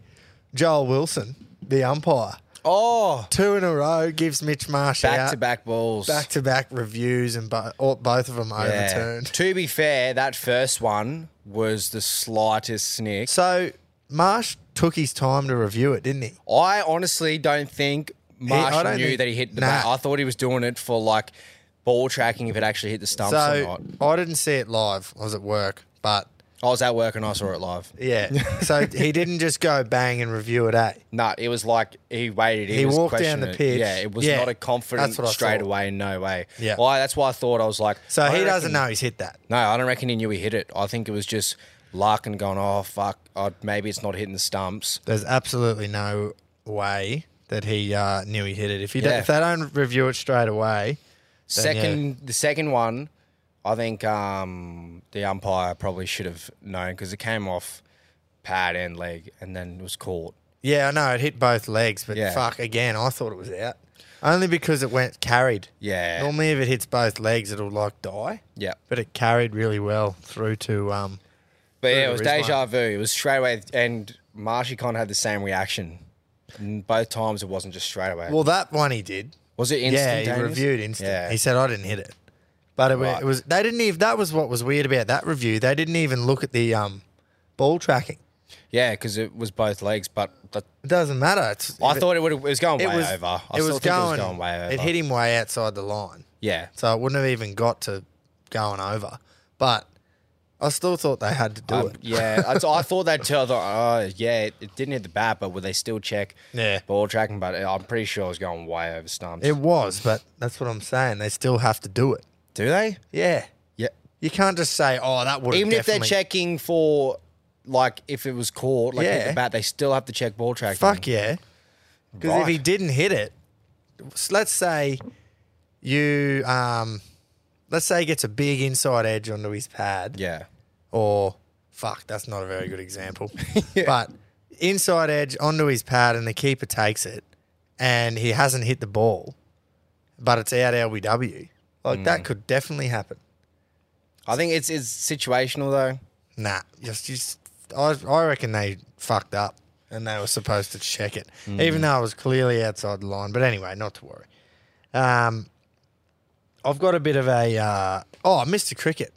Speaker 1: Joel Wilson, the umpire.
Speaker 3: Oh,
Speaker 1: Two in a row gives Mitch Marsh
Speaker 3: back
Speaker 1: out.
Speaker 3: to back balls.
Speaker 1: back to back reviews and bo- all, both of them
Speaker 3: Yeah.
Speaker 1: overturned.
Speaker 3: To be fair, that first one was the slightest snick.
Speaker 1: So Marsh took his time to review it, didn't he?
Speaker 3: I honestly don't think Marsh
Speaker 1: I don't
Speaker 3: knew
Speaker 1: think-
Speaker 3: that he hit the
Speaker 1: Nah.
Speaker 3: bat. I thought he was doing it for like ball tracking if it actually hit the stumps or
Speaker 1: So
Speaker 3: not.
Speaker 1: I didn't see it live. I was at work, but
Speaker 3: I was at work and I saw it live.
Speaker 1: yeah. (laughs) so he didn't just go bang and review it. Eh?
Speaker 3: No, it was like he waited. He,
Speaker 1: He
Speaker 3: was
Speaker 1: walked down
Speaker 3: questioning
Speaker 1: the
Speaker 3: it.
Speaker 1: pitch.
Speaker 3: Yeah, it was
Speaker 1: Yeah,
Speaker 3: not a confident
Speaker 1: that's what I
Speaker 3: straight
Speaker 1: thought.
Speaker 3: away. No way.
Speaker 1: Yeah.
Speaker 3: Why? That's why I thought I was like.
Speaker 1: So
Speaker 3: I
Speaker 1: he
Speaker 3: don't
Speaker 1: doesn't
Speaker 3: reckon-
Speaker 1: know he's hit that.
Speaker 3: No, I don't reckon he knew he hit it. I think it was just Larkin going, oh, fuck, i maybe it's not hitting the stumps.
Speaker 1: There's absolutely no way that he uh, knew he hit it. If, he
Speaker 3: Yeah.
Speaker 1: don't, if they don't review it straight away,
Speaker 3: Second, The second one, I think um, the umpire probably should have known because it came off pad and leg and then was caught.
Speaker 1: yeah, I know it hit both legs, but
Speaker 3: Yeah.
Speaker 1: fuck again, I thought it was out only because it went carried.
Speaker 3: Yeah.
Speaker 1: Normally, if it hits both legs, it'll like die.
Speaker 3: Yeah.
Speaker 1: But it carried really well through to um
Speaker 3: But yeah,
Speaker 1: the
Speaker 3: it was
Speaker 1: wristband.
Speaker 3: deja vu. It was straight away, and Marshy Con had the same reaction. And Both times it wasn't just straight away.
Speaker 1: well that one he did.
Speaker 3: was it
Speaker 1: Yeah,
Speaker 3: instant?
Speaker 1: he reviewed instant.
Speaker 3: Yeah.
Speaker 1: He said I didn't hit it. But it, wa-
Speaker 3: Right.
Speaker 1: it was they didn't even that was what was weird about that review. They didn't even look at the um ball tracking.
Speaker 3: yeah, because it was both legs, but the,
Speaker 1: It doesn't matter. It's,
Speaker 3: I
Speaker 1: if it-
Speaker 3: thought it, would. It was going way over. I
Speaker 1: it,
Speaker 3: still
Speaker 1: was
Speaker 3: think
Speaker 1: going,
Speaker 3: it was going way over.
Speaker 1: It hit him way outside the line.
Speaker 3: Yeah.
Speaker 1: So it wouldn't have even got to going over. But I still thought they had to do
Speaker 3: Um,
Speaker 1: it.
Speaker 3: yeah, I, I thought they'd tell the. Oh, yeah, it, it didn't hit the bat, but would they still check?
Speaker 1: Yeah.
Speaker 3: ball tracking. But I'm pretty sure it was going way over stumps.
Speaker 1: It was, but that's what I'm saying. They still have to do it.
Speaker 3: Do they?
Speaker 1: Yeah.
Speaker 3: Yeah.
Speaker 1: You can't just say, "Oh, that would."
Speaker 3: Even if they're checking for, like, if it was caught, like hit
Speaker 1: Yeah.
Speaker 3: the bat, they still have to check ball tracking.
Speaker 1: fuck yeah, because if
Speaker 3: Right.
Speaker 1: he didn't hit it, s- let's say you, um, let's say he gets a big inside edge onto his pad,
Speaker 3: Yeah.
Speaker 1: or fuck, that's not a very good
Speaker 3: (laughs)
Speaker 1: example, but inside edge onto his pad, and the keeper takes it, and he hasn't hit the ball, but it's out LBW. Like
Speaker 3: Mm.
Speaker 1: that could definitely happen.
Speaker 3: I think it's it's situational though.
Speaker 1: Nah, just, just I, I reckon they fucked up and they were supposed to check it,
Speaker 3: Mm.
Speaker 1: even though it was clearly outside the line. But anyway, not to worry. Um, I've got a bit of a uh, oh, Mr. Cricket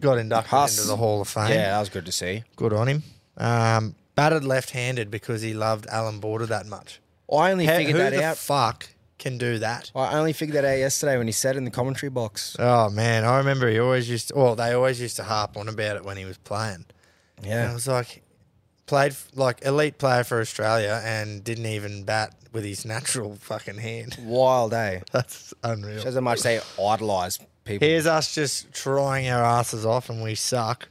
Speaker 1: got inducted
Speaker 3: Huss.
Speaker 1: into the Hall of Fame.
Speaker 3: Yeah, that was good to see.
Speaker 1: good on him. Um, batted left-handed because he loved Alan Border that much.
Speaker 3: I only
Speaker 1: He-
Speaker 3: figured
Speaker 1: who
Speaker 3: that
Speaker 1: the
Speaker 3: out.
Speaker 1: fuck can do that?
Speaker 3: I only figured that out yesterday when he said in the commentary box.
Speaker 1: Oh man, I remember he always used. To, well, they always used to harp on about it when he was playing. And I
Speaker 3: Yeah.
Speaker 1: was like, played f- like elite player for Australia and didn't even bat with his natural (laughs) fucking hand.
Speaker 3: Wild, eh?
Speaker 1: That's unreal.
Speaker 3: Shows how much they idolise people.
Speaker 1: Here's us just trying our asses off and we suck.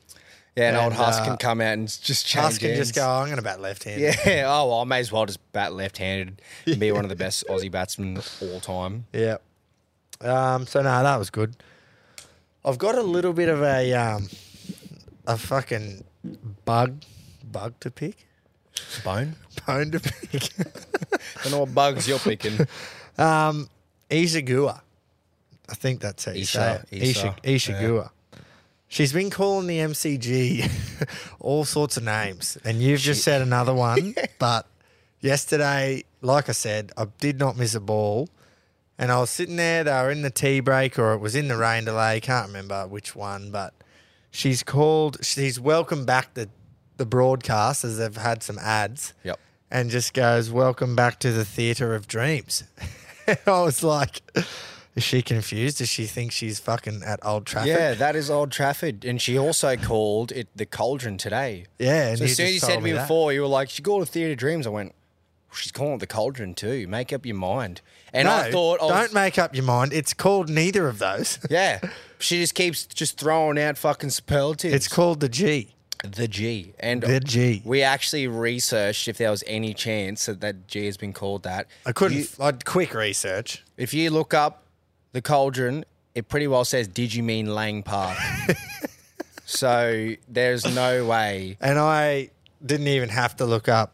Speaker 3: Yeah, an old
Speaker 1: And,
Speaker 3: Huss
Speaker 1: uh,
Speaker 3: can come out and just change
Speaker 1: Huss can just
Speaker 3: ends.
Speaker 1: go, "Oh, I'm going to bat left handed.
Speaker 3: (laughs)
Speaker 1: (laughs)
Speaker 3: Yeah. Oh well, I may as well just bat left-handed and be one of the best Aussie batsmen of all time.
Speaker 1: Yeah. Um, so no, that was good. I've got a little bit of a um, a fucking bug bug to pick,
Speaker 3: Bone.
Speaker 1: (laughs) bone to pick.
Speaker 3: Don't know what bugs you're picking.
Speaker 1: um, Ishigua, I think that's how you
Speaker 3: Isha,
Speaker 1: say it. Isha,
Speaker 3: Isha,
Speaker 1: Ishigua. She's been calling the MCG (laughs) all sorts of names, and you've just said another
Speaker 3: (laughs)
Speaker 1: one. But yesterday, like I said, I did not miss a ball. And I was sitting there, they were in the tea break or it was in the rain delay, can't remember which one, but she's called, she's welcomed back the, the broadcast as they've had some ads.
Speaker 3: Yep.
Speaker 1: And just goes, Welcome back to the theatre of dreams. (laughs) I was like, Is she confused? Does she think she's fucking at Old Trafford?
Speaker 3: (laughs) Yeah, that is Old Trafford, and she also called it the Cauldron today.
Speaker 1: Yeah. And
Speaker 3: So as soon as you
Speaker 1: just
Speaker 3: said to
Speaker 1: told
Speaker 3: me
Speaker 1: that.
Speaker 3: before, you were like, "She called it Theatre Dreams." I went, "She's calling it the Cauldron too." Make up your mind. And
Speaker 1: no,
Speaker 3: I thought, I was-
Speaker 1: don't make up your mind. It's called neither of those. (laughs)
Speaker 3: Yeah, she just keeps just throwing out fucking superlatives.
Speaker 1: It's called the G.
Speaker 3: the G, and
Speaker 1: The G.
Speaker 3: We actually researched if there was any chance that that G has been called that.
Speaker 1: I couldn't.
Speaker 3: You-
Speaker 1: I'd quick research.
Speaker 3: if you look up the Cauldron, it pretty well says, "Did you mean Lang Park?"
Speaker 1: (laughs)
Speaker 3: so there's no way.
Speaker 1: and I didn't even have to look up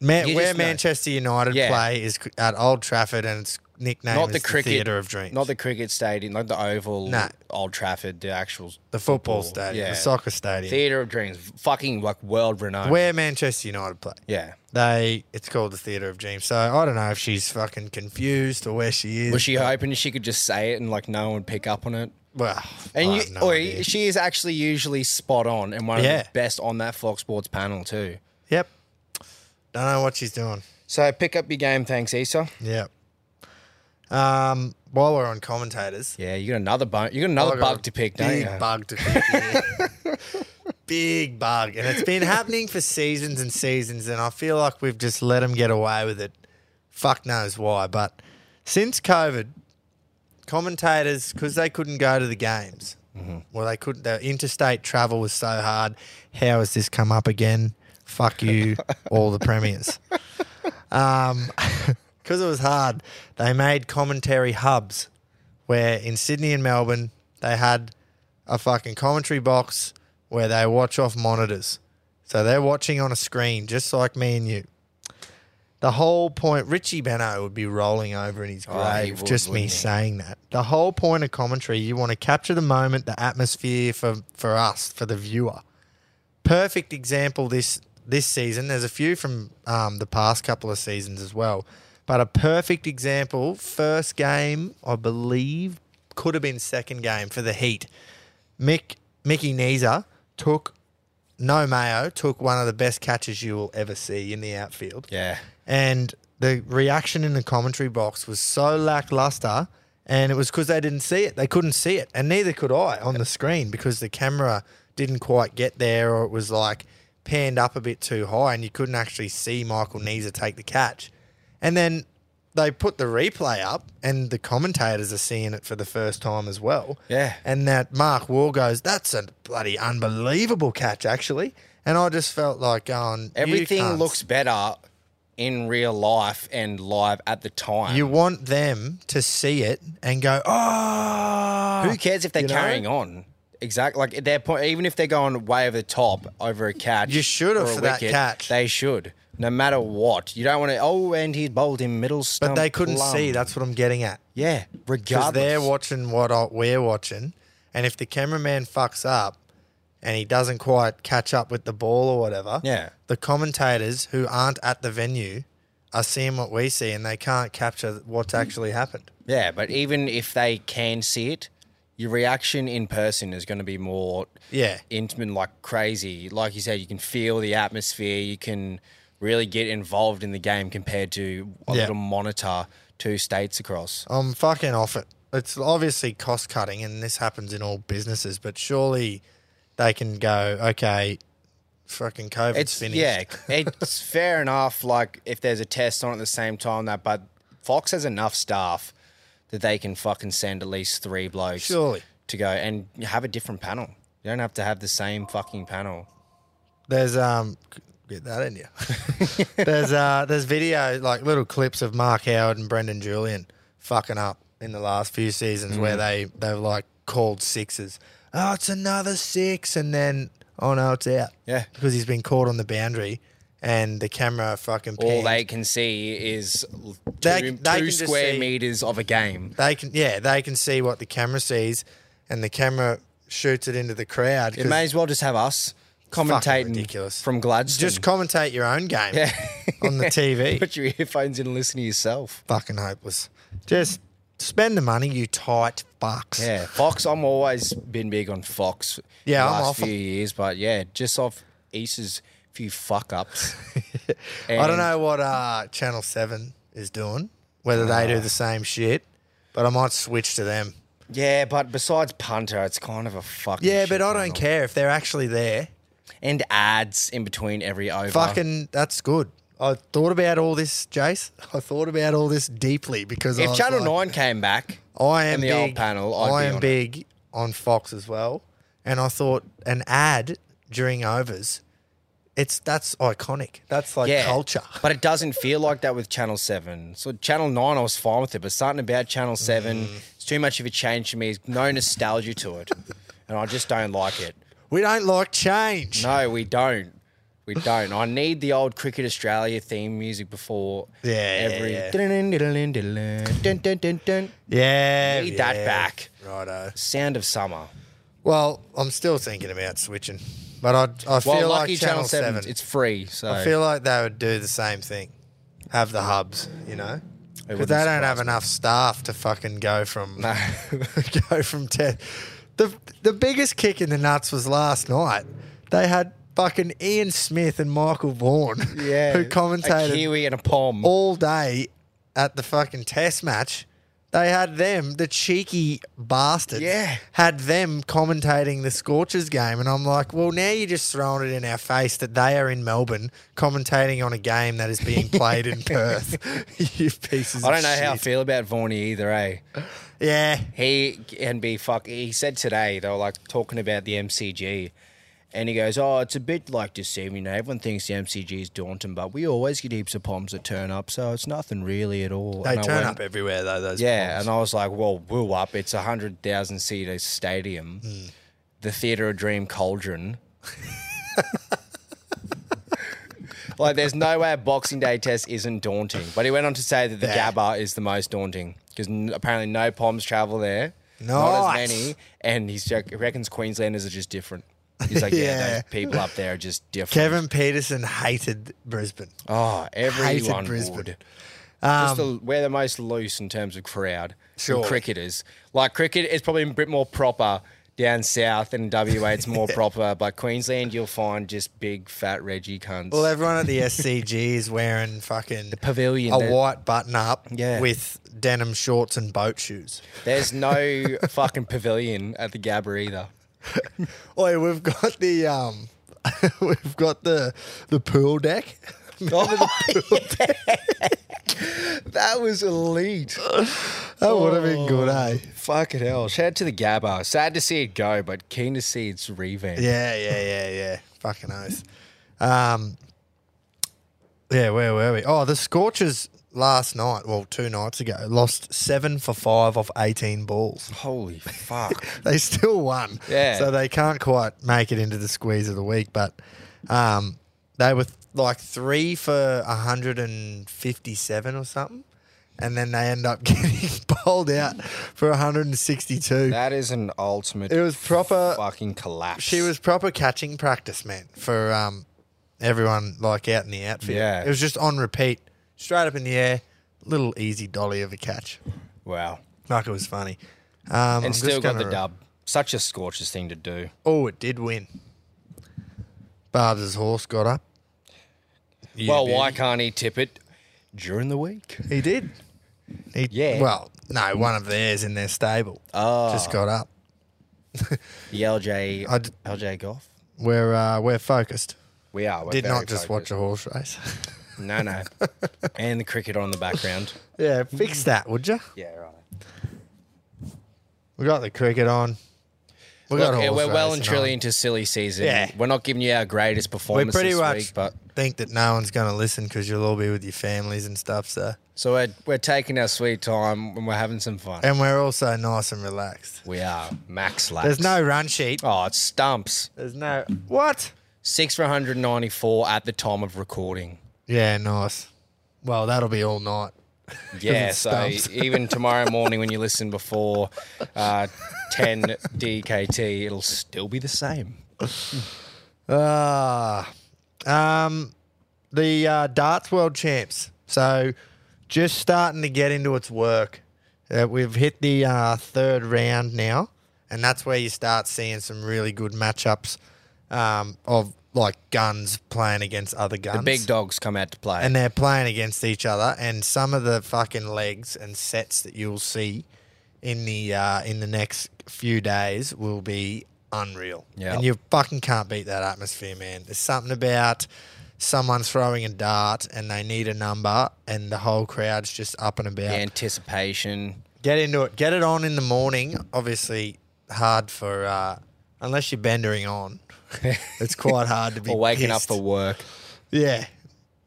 Speaker 1: Ma-
Speaker 3: You
Speaker 1: where
Speaker 3: just know.
Speaker 1: Manchester United
Speaker 3: Yeah.
Speaker 1: play is c- at Old Trafford, and its nickname
Speaker 3: Not
Speaker 1: is
Speaker 3: the cricket,
Speaker 1: Theatre of Dreams,
Speaker 3: not the cricket stadium, not the Oval,
Speaker 1: No.
Speaker 3: Old Trafford, the actual
Speaker 1: The football stadium,
Speaker 3: yeah.
Speaker 1: the soccer stadium,
Speaker 3: Theatre of Dreams, fucking like world renowned.
Speaker 1: where Manchester United play.
Speaker 3: Yeah.
Speaker 1: They, it's called the Theatre of Dreams. So I don't know if she's fucking confused or where she is.
Speaker 3: Was she hoping she could just say it and like no one would pick up on it?
Speaker 1: Well,
Speaker 3: And
Speaker 1: I
Speaker 3: you,
Speaker 1: have no
Speaker 3: oi,
Speaker 1: idea.
Speaker 3: she is actually usually spot on and one of
Speaker 1: Yeah.
Speaker 3: the best on that Fox Sports panel too.
Speaker 1: yep, don't know what she's doing.
Speaker 3: So pick up your game, thanks, Issa.
Speaker 1: Yep. Um, while we're on commentators,
Speaker 3: Yeah, you got another bone. You got another
Speaker 1: Oh, I got
Speaker 3: bug
Speaker 1: a
Speaker 3: to pick, don't
Speaker 1: big
Speaker 3: you?
Speaker 1: bug to pick. yeah.
Speaker 3: (laughs)
Speaker 1: big bug, and it's been happening for seasons and seasons, and I feel like we've just let them get away with it. Fuck knows why, but since COVID, commentators because they couldn't go to the games,
Speaker 3: Mm-hmm.
Speaker 1: well, they couldn't. The interstate travel was so hard. How has this come up again? Fuck
Speaker 3: (laughs)
Speaker 1: you, all the premiers. Um, (laughs) because it was hard, they made commentary hubs where in Sydney and Melbourne they had a fucking commentary box where they watch off monitors. So they're watching on a screen just like me and you. The whole point Richie Beno would be rolling over in his
Speaker 3: Oh, he
Speaker 1: grave
Speaker 3: would,
Speaker 1: just me
Speaker 3: wouldn't he?
Speaker 1: saying that. The whole point of commentary, you want to capture the moment, the atmosphere for, for us, for the viewer. Perfect example this this season. There's a few from um, the past couple of seasons as well, but a perfect example. First game, I believe, could have been second game for the Heat. Mick Mickey Neeser took no mayo, took one of the best catches you will ever see in the outfield
Speaker 3: Yeah.
Speaker 1: and the reaction in the commentary box was so lackluster and it was because they didn't see it they couldn't see it and neither could i on the screen because the camera didn't quite get there or it was like panned up a bit too high and you couldn't actually see michael Neeser take the catch and then they put the replay up and the commentators are seeing it for the first time as well
Speaker 3: Yeah.
Speaker 1: and that Mark Wall goes, "That's a bloody unbelievable catch, actually." And I just felt like going, "You
Speaker 3: Everything
Speaker 1: cunts."
Speaker 3: looks better in real life and live at the time.
Speaker 1: You want them to see it and go, oh.
Speaker 3: Who cares if they're
Speaker 1: You know?
Speaker 3: carrying on? Exactly. Like at their point, even if they're going way over the top over a catch,
Speaker 1: You should have
Speaker 3: or a
Speaker 1: for that catch.
Speaker 3: They should, no matter what. You don't want to. Oh, and he bowled him middle
Speaker 1: But
Speaker 3: stump.
Speaker 1: they couldn't
Speaker 3: plumb.
Speaker 1: see. That's what I'm getting at.
Speaker 3: yeah.
Speaker 1: Because
Speaker 3: Regardless,
Speaker 1: they're watching what I, we're watching. And if the cameraman fucks up and he doesn't quite catch up with the ball or whatever,
Speaker 3: Yeah.
Speaker 1: the commentators who aren't at the venue are seeing what we see and they can't capture what's
Speaker 3: Mm.
Speaker 1: actually happened.
Speaker 3: yeah. But even if they can see it, your reaction in person is going to be more
Speaker 1: Yeah.
Speaker 3: intimate, like crazy. Like you said, you can feel the atmosphere. You can really get involved in the game compared to a
Speaker 1: Yeah. Oh,
Speaker 3: little monitor two states across.
Speaker 1: I'm fucking off it. It's obviously cost cutting, and this happens in all businesses. But surely they can go, okay, fucking COVID's
Speaker 3: it's
Speaker 1: finished.
Speaker 3: yeah, (laughs) it's fair enough. Like if there's a test on at the same time, that but Fox has enough staff that they can fucking send at least three blokes
Speaker 1: Surely.
Speaker 3: to go and have a different panel. You don't have to have the same fucking panel.
Speaker 1: There's um get that in you. (laughs) there's uh there's video like little clips of Mark Howard and Brendan Julian fucking up in the last few seasons
Speaker 3: Mm.
Speaker 1: where they they've like called sixes. Oh, it's another six, and then oh no, it's out.
Speaker 3: Yeah.
Speaker 1: because he's been caught on the boundary, and the camera fucking.
Speaker 3: All
Speaker 1: panned.
Speaker 3: they can see is l- two,
Speaker 1: They- they can
Speaker 3: two
Speaker 1: just
Speaker 3: square
Speaker 1: see-
Speaker 3: meters of a game.
Speaker 1: They can, yeah, they can see what the camera sees, and the camera shoots it into the crowd. 'cause
Speaker 3: It may as well just have us
Speaker 1: fucking
Speaker 3: commentating
Speaker 1: ridiculous.
Speaker 3: from Gladstone.
Speaker 1: just commentate your own game on the TV.
Speaker 3: (laughs) put your earphones in and listen to yourself.
Speaker 1: fucking hopeless. Just spend the money, you tight fucks.
Speaker 3: Yeah, Fox. I'm always been big on Fox.
Speaker 1: Yeah,
Speaker 3: the
Speaker 1: I'm
Speaker 3: last
Speaker 1: off-
Speaker 3: few years, but yeah, just off East's few
Speaker 1: (laughs)
Speaker 3: fuck ups.
Speaker 1: I don't know what uh, Channel 7 is doing, whether they
Speaker 3: Ah.
Speaker 1: do the same shit, but I might switch to them.
Speaker 3: Yeah, but besides punter, it's kind of a fucking
Speaker 1: Yeah,
Speaker 3: shit
Speaker 1: but I don't
Speaker 3: panel.
Speaker 1: care if they're actually there.
Speaker 3: And ads in between every over.
Speaker 1: Fucking, that's good. I thought about all this, Jace. (laughs) I thought about all this deeply because I
Speaker 3: If
Speaker 1: was
Speaker 3: Channel
Speaker 1: like,
Speaker 3: Nine came back,
Speaker 1: I am
Speaker 3: and the
Speaker 1: big,
Speaker 3: old panel, I'd
Speaker 1: I
Speaker 3: be
Speaker 1: am
Speaker 3: on it.
Speaker 1: big on Fox as well, and I thought an ad during overs, it's that's iconic. That's like culture. (laughs)
Speaker 3: But it doesn't feel like that with Channel 7. So Channel 9, I was fine with it, but something about Channel 7, it's too much of a change to me. There's no nostalgia to it. And I just don't like it.
Speaker 1: We don't like change.
Speaker 3: No, we don't. We don't. I need the old Cricket Australia theme music before
Speaker 1: Yeah, yeah,
Speaker 3: every.
Speaker 1: yeah.
Speaker 3: Dun, dun, dun, dun, dun, dun, dun.
Speaker 1: Yeah,
Speaker 3: Need that
Speaker 1: yeah.
Speaker 3: back.
Speaker 1: Righto.
Speaker 3: Sound of summer.
Speaker 1: Well, I'm still thinking about switching, but I I feel
Speaker 3: Well,
Speaker 1: like
Speaker 3: lucky
Speaker 1: Channel, Seven.
Speaker 3: It's free, so
Speaker 1: I feel like they would do the same thing, have the hubs, you know. Because
Speaker 3: wouldn't
Speaker 1: they don't
Speaker 3: surprise
Speaker 1: have enough staff to fucking go from (laughs) go from ten. The the biggest kick in the nuts was last night. They had fucking Ian Smith and Michael Vaughan, (laughs)
Speaker 3: yeah.
Speaker 1: who
Speaker 3: a
Speaker 1: commentated
Speaker 3: kiwi and a pom?
Speaker 1: all day at the fucking test match. They had them, the cheeky bastards,
Speaker 3: Yeah.
Speaker 1: had them commentating the Scorchers game. And I'm like, well, now you're just throwing it in our face that they are in Melbourne commentating on a game that is being played
Speaker 3: (laughs)
Speaker 1: in Perth. (laughs) you pieces
Speaker 3: I
Speaker 1: of
Speaker 3: don't know how I
Speaker 1: shit.
Speaker 3: feel about Vaughny either, eh?
Speaker 1: Yeah.
Speaker 3: he can be fuck. He said today they were like talking about the MCG, and he goes, "Oh, it's a bit like deceiving. You know, everyone thinks the MCG is daunting, but we always get heaps of poms that turn up, so it's nothing really at all."
Speaker 1: They
Speaker 3: And I
Speaker 1: turn
Speaker 3: went-
Speaker 1: up everywhere, though, those
Speaker 3: Yeah,
Speaker 1: pods.
Speaker 3: and I was like, "Well, woo up! It's a hundred thousand seater stadium,
Speaker 1: Hmm.
Speaker 3: the Theatre of Dream Cauldron." like, there's no way a Boxing Day test isn't daunting. But he went on to say that the
Speaker 1: Yeah.
Speaker 3: Gabba is the most daunting because n- apparently no Poms travel there, not
Speaker 1: Nice.
Speaker 3: as many, and he's joke- he reckons Queenslanders are just different. He's
Speaker 1: (laughs)
Speaker 3: like, yeah,
Speaker 1: Yeah.
Speaker 3: those people up there are just different.
Speaker 1: Kevin Peterson hated Brisbane.
Speaker 3: oh, everyone
Speaker 1: Brisbane. Um,
Speaker 3: would. Just the, we're the most loose in terms of crowd.
Speaker 1: Sure.
Speaker 3: Sure. Cricketers. Like cricket is probably a bit more proper down south and WA
Speaker 1: (laughs)
Speaker 3: it's more proper, but Queensland you'll find just big fat Reggie cunts.
Speaker 1: Well, everyone at the SCG is wearing fucking the
Speaker 3: pavilion,
Speaker 1: a
Speaker 3: the-
Speaker 1: white button up
Speaker 3: Yeah.
Speaker 1: with denim shorts and boat shoes. (laughs)
Speaker 3: There's no fucking pavilion at the Gabba either.
Speaker 1: Oi, we've got the um, (laughs) we've got the the pool deck. (laughs)
Speaker 3: (laughs) That was elite.
Speaker 1: That would have been good, eh?
Speaker 3: Fuck it hell. Shout out to the Gabba. Sad to see it go, but keen to see its revamp.
Speaker 1: Yeah, yeah, yeah, yeah. Fucking oath. Um, yeah, where were we? Oh, the Scorchers last night, well, two nights ago, lost seven for five off eighteen balls.
Speaker 3: Holy fuck.
Speaker 1: (laughs) they still won.
Speaker 3: Yeah.
Speaker 1: So they can't quite make it into the squeeze of the week, but um, they were like three for 157 or something. And then they end up (laughs) getting bowled out for 162.
Speaker 3: that is an ultimate
Speaker 1: It was proper-
Speaker 3: fucking collapse.
Speaker 1: she was proper catching practice, man, for um, everyone like out in the outfield.
Speaker 3: Yeah.
Speaker 1: It was just on repeat, straight up in the air, little easy dolly of a catch.
Speaker 3: Wow.
Speaker 1: Like it was funny. Um, I'm
Speaker 3: And
Speaker 1: just
Speaker 3: still got
Speaker 1: gonna
Speaker 3: the
Speaker 1: re-
Speaker 3: dub. Such a scorches thing to do.
Speaker 1: Oh, it did win. Barb's horse got up. Yeah,
Speaker 3: well,
Speaker 1: beauty.
Speaker 3: why can't he tip it during the week?
Speaker 1: He did. He,
Speaker 3: Yeah. Ah.
Speaker 1: Well, no, one of theirs in their stable just got up.
Speaker 3: The LJ,
Speaker 1: I d-
Speaker 3: LJ Goff.
Speaker 1: We're uh, we're focused.
Speaker 3: We are. We're
Speaker 1: did
Speaker 3: very
Speaker 1: not just watch
Speaker 3: focused.
Speaker 1: a horse race. (laughs)
Speaker 3: No, no. and the cricket on
Speaker 1: (laughs)
Speaker 3: the background.
Speaker 1: yeah, fix that, would you?
Speaker 3: Yeah, right.
Speaker 1: We got the cricket on. We got
Speaker 3: Look,
Speaker 1: a
Speaker 3: yeah,
Speaker 1: horse
Speaker 3: we're well
Speaker 1: race
Speaker 3: and
Speaker 1: tonight.
Speaker 3: truly into silly season.
Speaker 1: Yeah.
Speaker 3: We're not giving you our greatest
Speaker 1: We
Speaker 3: performance
Speaker 1: pretty
Speaker 3: this
Speaker 1: much
Speaker 3: week, but
Speaker 1: think that no one's going to listen because you'll all be with your families and stuff. So,
Speaker 3: so we're, we're taking our sweet time and we're having some fun.
Speaker 1: and we're also nice and relaxed.
Speaker 3: We are max laps.
Speaker 1: There's no run sheet.
Speaker 3: Oh, it stumps.
Speaker 1: There's no what?
Speaker 3: Six for 194 at the time of recording.
Speaker 1: Yeah, nice. Well, that'll be all night.
Speaker 3: Yeah,
Speaker 1: it
Speaker 3: so
Speaker 1: stumps.
Speaker 3: (laughs) even tomorrow
Speaker 1: (laughs)
Speaker 3: morning when you listen before uh, 10 DKT, it'll still be the same.
Speaker 1: Ah, um, the uh, darts world champs. So, just starting to get into its work. Uh, we've hit the uh, third round now, and that's where you start seeing some really good matchups um, of like guns playing against other guns.
Speaker 3: The big dogs come out to play.
Speaker 1: and they're playing against each other. And some of the fucking legs and sets that you'll see in the uh, in the next few days will be unreal.
Speaker 3: Yeah.
Speaker 1: and you fucking can't beat that atmosphere, man. There's something about someone throwing a dart and they need a number, and the whole crowd's just up and about.
Speaker 3: the anticipation.
Speaker 1: Get into it. Get it on in the morning. Obviously, hard for uh, unless you're bendering
Speaker 3: (laughs)
Speaker 1: on. it's quite hard to be
Speaker 3: Or waking
Speaker 1: pissed.
Speaker 3: up for work.
Speaker 1: Yeah.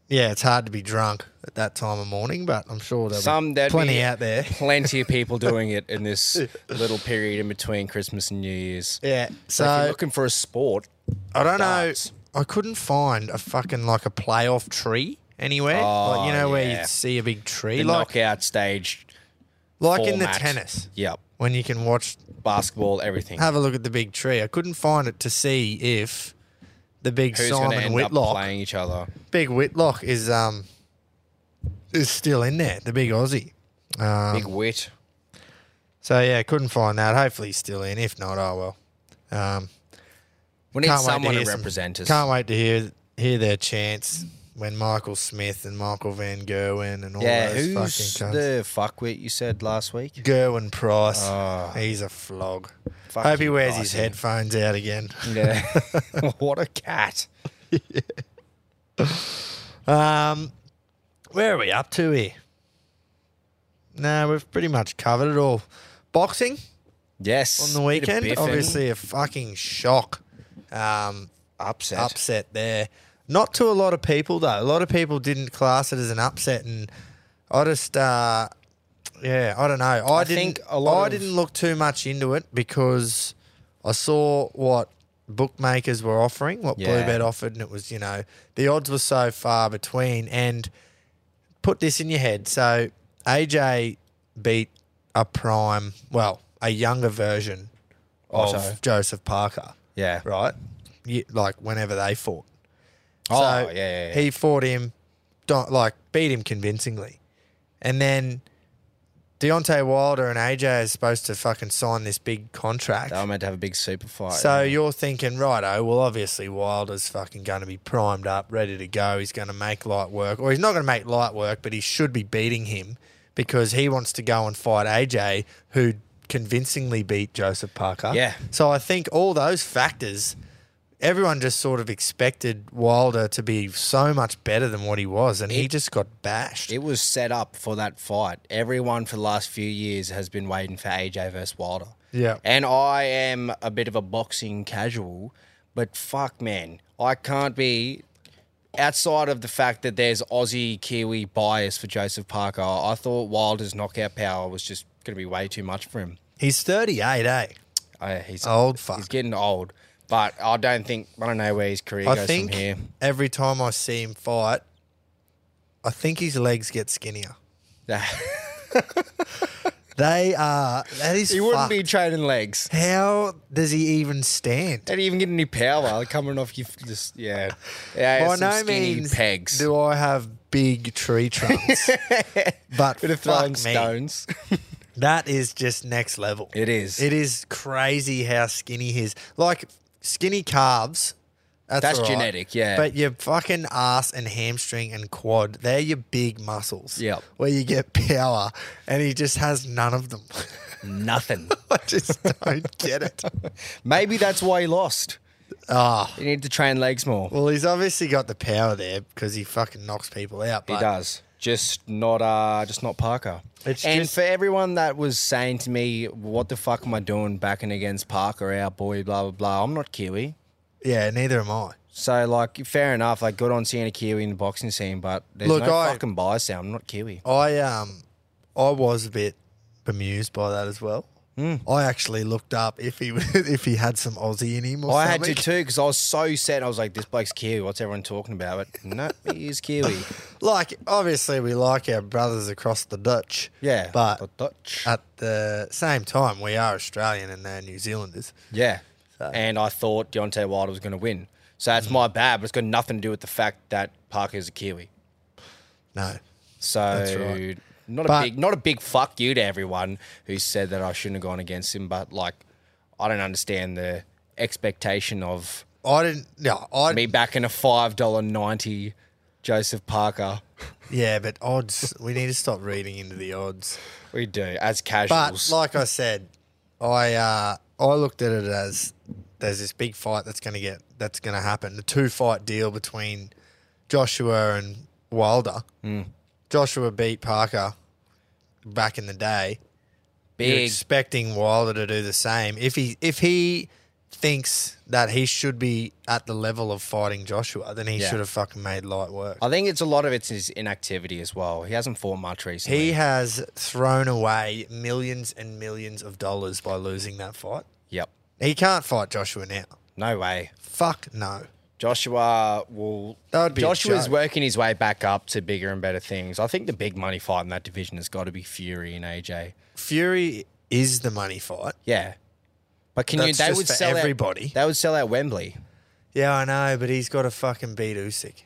Speaker 1: Yeah, it's hard to be drunk at that time of morning, but I'm sure there'll
Speaker 3: Some
Speaker 1: be
Speaker 3: there'd
Speaker 1: plenty
Speaker 3: be
Speaker 1: out there.
Speaker 3: plenty of people doing it in this little period in between Christmas and New Year's.
Speaker 1: (laughs) Yeah.
Speaker 3: So, if
Speaker 1: So
Speaker 3: you're looking for a sport,
Speaker 1: I don't
Speaker 3: darts.
Speaker 1: know. I couldn't find a fucking like a playoff tree anywhere. like you know where
Speaker 3: Oh, yeah.
Speaker 1: you see a big tree,
Speaker 3: the
Speaker 1: like
Speaker 3: knockout stage,
Speaker 1: like in the
Speaker 3: format.
Speaker 1: tennis
Speaker 3: Yep,
Speaker 1: when you can watch
Speaker 3: basketball, everything.
Speaker 1: have a look at the big tree. I couldn't find it to see if the big
Speaker 3: Who's going to
Speaker 1: Simon
Speaker 3: end up
Speaker 1: Whitlock,
Speaker 3: playing each other?
Speaker 1: big Whitlock is um is still in there, the big Aussie. Um,
Speaker 3: Big wit.
Speaker 1: So yeah, couldn't find that. Hopefully he's still in. If not, oh well. Um,
Speaker 3: We need
Speaker 1: Can't wait
Speaker 3: someone to,
Speaker 1: hear some-
Speaker 3: represent us.
Speaker 1: Can't wait to hear hear their chants when Michael Smith and Michael Van Gerwen and all
Speaker 3: yeah,
Speaker 1: those
Speaker 3: who's
Speaker 1: fucking cunts.
Speaker 3: the fuckwit you said last
Speaker 1: (laughs)
Speaker 3: week?
Speaker 1: Gerwin Price. He's a flog. Hope he
Speaker 3: Ah. Fucking
Speaker 1: wears
Speaker 3: Price,
Speaker 1: his
Speaker 3: yeah.
Speaker 1: headphones out again.
Speaker 3: Yeah. (laughs) what a cat.
Speaker 1: Um, where are we up to here? No, we've pretty much covered it all. Boxing
Speaker 3: Yes.
Speaker 1: on the
Speaker 3: Bit of
Speaker 1: weekend,
Speaker 3: biffing.
Speaker 1: obviously a fucking shock. Um,
Speaker 3: Upset.
Speaker 1: upset there. Not to a lot of people though. A lot of people didn't class it as an upset, and I just, uh, yeah, I don't know. I,
Speaker 3: I
Speaker 1: didn't.
Speaker 3: think a lot
Speaker 1: I
Speaker 3: of-
Speaker 1: didn't look too much into it because I saw what bookmakers were offering, what
Speaker 3: Yeah.
Speaker 1: Bluebet offered, and it was you know the odds were so far between. And put this in your head. So AJ beat a prime, well, a younger version of
Speaker 3: Otto.
Speaker 1: Joseph Parker
Speaker 3: Yeah.
Speaker 1: right? Ye- Like whenever they fought.
Speaker 3: Oh,
Speaker 1: So
Speaker 3: yeah, yeah, yeah.
Speaker 1: He fought him, don't, like beat him convincingly, and then Deontay Wilder and AJ is supposed to fucking sign this big contract.
Speaker 3: They were meant to have a big super fight.
Speaker 1: so you're thinking, right? Oh, well, obviously Wilder's fucking going to be primed up, ready to go. He's going to make light work, or he's not going to make light work, but he should be beating him because he wants to go and fight AJ, who convincingly beat Joseph Parker.
Speaker 3: Yeah.
Speaker 1: So I think all those factors everyone just sort of expected Wilder to be so much better than what he was, and he just got bashed.
Speaker 3: It was set up for that fight. Everyone for the last few years has been waiting for AJ versus Wilder.
Speaker 1: Yeah.
Speaker 3: And I am a bit of a boxing casual, but fuck, man, I can't be. Outside of the fact that there's Aussie Kiwi bias for Joseph Parker, I thought Wilder's knockout power was just going to be way too much for him.
Speaker 1: he's 38, eh?
Speaker 3: I, he's
Speaker 1: Old fuck.
Speaker 3: He's getting old, but I don't think I don't know where his career
Speaker 1: I
Speaker 3: goes
Speaker 1: think
Speaker 3: from here. (laughs)
Speaker 1: every time I see him fight, I think his legs get skinnier. They are. That is.
Speaker 3: he wouldn't be
Speaker 1: fucked.
Speaker 3: training legs.
Speaker 1: How does he even stand?
Speaker 3: Don't even get any power coming off you. Just yeah, yeah.
Speaker 1: By
Speaker 3: some
Speaker 1: no
Speaker 3: skinny
Speaker 1: means
Speaker 3: pegs.
Speaker 1: do I have big tree
Speaker 3: (laughs)
Speaker 1: trunks, but
Speaker 3: Bit of
Speaker 1: fuck
Speaker 3: throwing
Speaker 1: me,
Speaker 3: stones. (laughs)
Speaker 1: that is just next level.
Speaker 3: It is.
Speaker 1: It is crazy how skinny he is. Like skinny calves. That's,
Speaker 3: That's
Speaker 1: all right.
Speaker 3: genetic, yeah.
Speaker 1: But your fucking ass and hamstring and quad, they're your big muscles.
Speaker 3: Yep.
Speaker 1: Where you get power, and he just has none of them. (laughs)
Speaker 3: Nothing.
Speaker 1: I just don't get it.
Speaker 3: Maybe that's why he lost. Ah, you need to train legs more.
Speaker 1: Well, he's obviously got the power there because he fucking knocks people out. But
Speaker 3: he does. Just not, uh, just not Parker.
Speaker 1: It's
Speaker 3: and
Speaker 1: just-
Speaker 3: for everyone that was saying to me, "What the fuck am I doing backing against Parker, our boy?" Blah blah blah. I'm not Kiwi,
Speaker 1: Yeah, neither am I.
Speaker 3: so like, fair enough. Like, good on seeing a Kiwi in the boxing scene, but there's
Speaker 1: Look,
Speaker 3: no
Speaker 1: I-
Speaker 3: fucking bias there. I'm not Kiwi.
Speaker 1: I um, I was a bit bemused by that as well.
Speaker 3: Hmm.
Speaker 1: I actually looked up if he (laughs) if he had some Aussie in him. Or
Speaker 3: I had to
Speaker 1: something.
Speaker 3: too because I was so set. I was like, "This bloke's Kiwi. What's everyone talking about?" But (laughs) no, he is Kiwi.
Speaker 1: Like, obviously, we like our brothers across the Dutch.
Speaker 3: Yeah,
Speaker 1: but
Speaker 3: the Dutch.
Speaker 1: at the same time, we are Australian and they're New Zealanders.
Speaker 3: Yeah. And I thought Deontay Wilder was going to win. So that's my bad, but it's got nothing to do with the fact that Parker is a Kiwi.
Speaker 1: No,
Speaker 3: So
Speaker 1: right.
Speaker 3: not
Speaker 1: But-
Speaker 3: a big not a big fuck you to everyone who said that I shouldn't have gone against him, but like I don't understand the expectation of
Speaker 1: I didn't. No, I
Speaker 3: me backing a five dollar ninety Joseph Parker.
Speaker 1: yeah, but odds. we need to stop reading into the odds.
Speaker 3: We do as
Speaker 1: But
Speaker 3: casuals.
Speaker 1: like I said, I uh, I looked at it as there's this big fight that's going to get that's going to happen. The two fight deal between Joshua and Wilder.
Speaker 3: Hmm.
Speaker 1: Joshua beat Parker back in the day. You're
Speaker 3: big
Speaker 1: expecting Wilder to do the same. If he if he thinks that he should be at the level of fighting Joshua, then he
Speaker 3: Yeah.
Speaker 1: should have fucking made light work.
Speaker 3: I think it's a lot of it's his inactivity as well. He hasn't fought much recently.
Speaker 1: He has thrown away millions and millions of dollars by losing that fight.
Speaker 3: yep.
Speaker 1: He can't fight Joshua now.
Speaker 3: No way.
Speaker 1: Fuck no.
Speaker 3: Joshua will.
Speaker 1: That would be a
Speaker 3: Joshua's
Speaker 1: joke.
Speaker 3: working his way back up to bigger and better things. I think the big money fight in that division has got to be Fury and AJ.
Speaker 1: Fury is the money fight.
Speaker 3: Yeah, but can
Speaker 1: That's
Speaker 3: you? They
Speaker 1: just
Speaker 3: would
Speaker 1: for
Speaker 3: sell out-
Speaker 1: everybody.
Speaker 3: they would sell out Wembley,
Speaker 1: Yeah, I know, but he's got to fucking beat Usyk.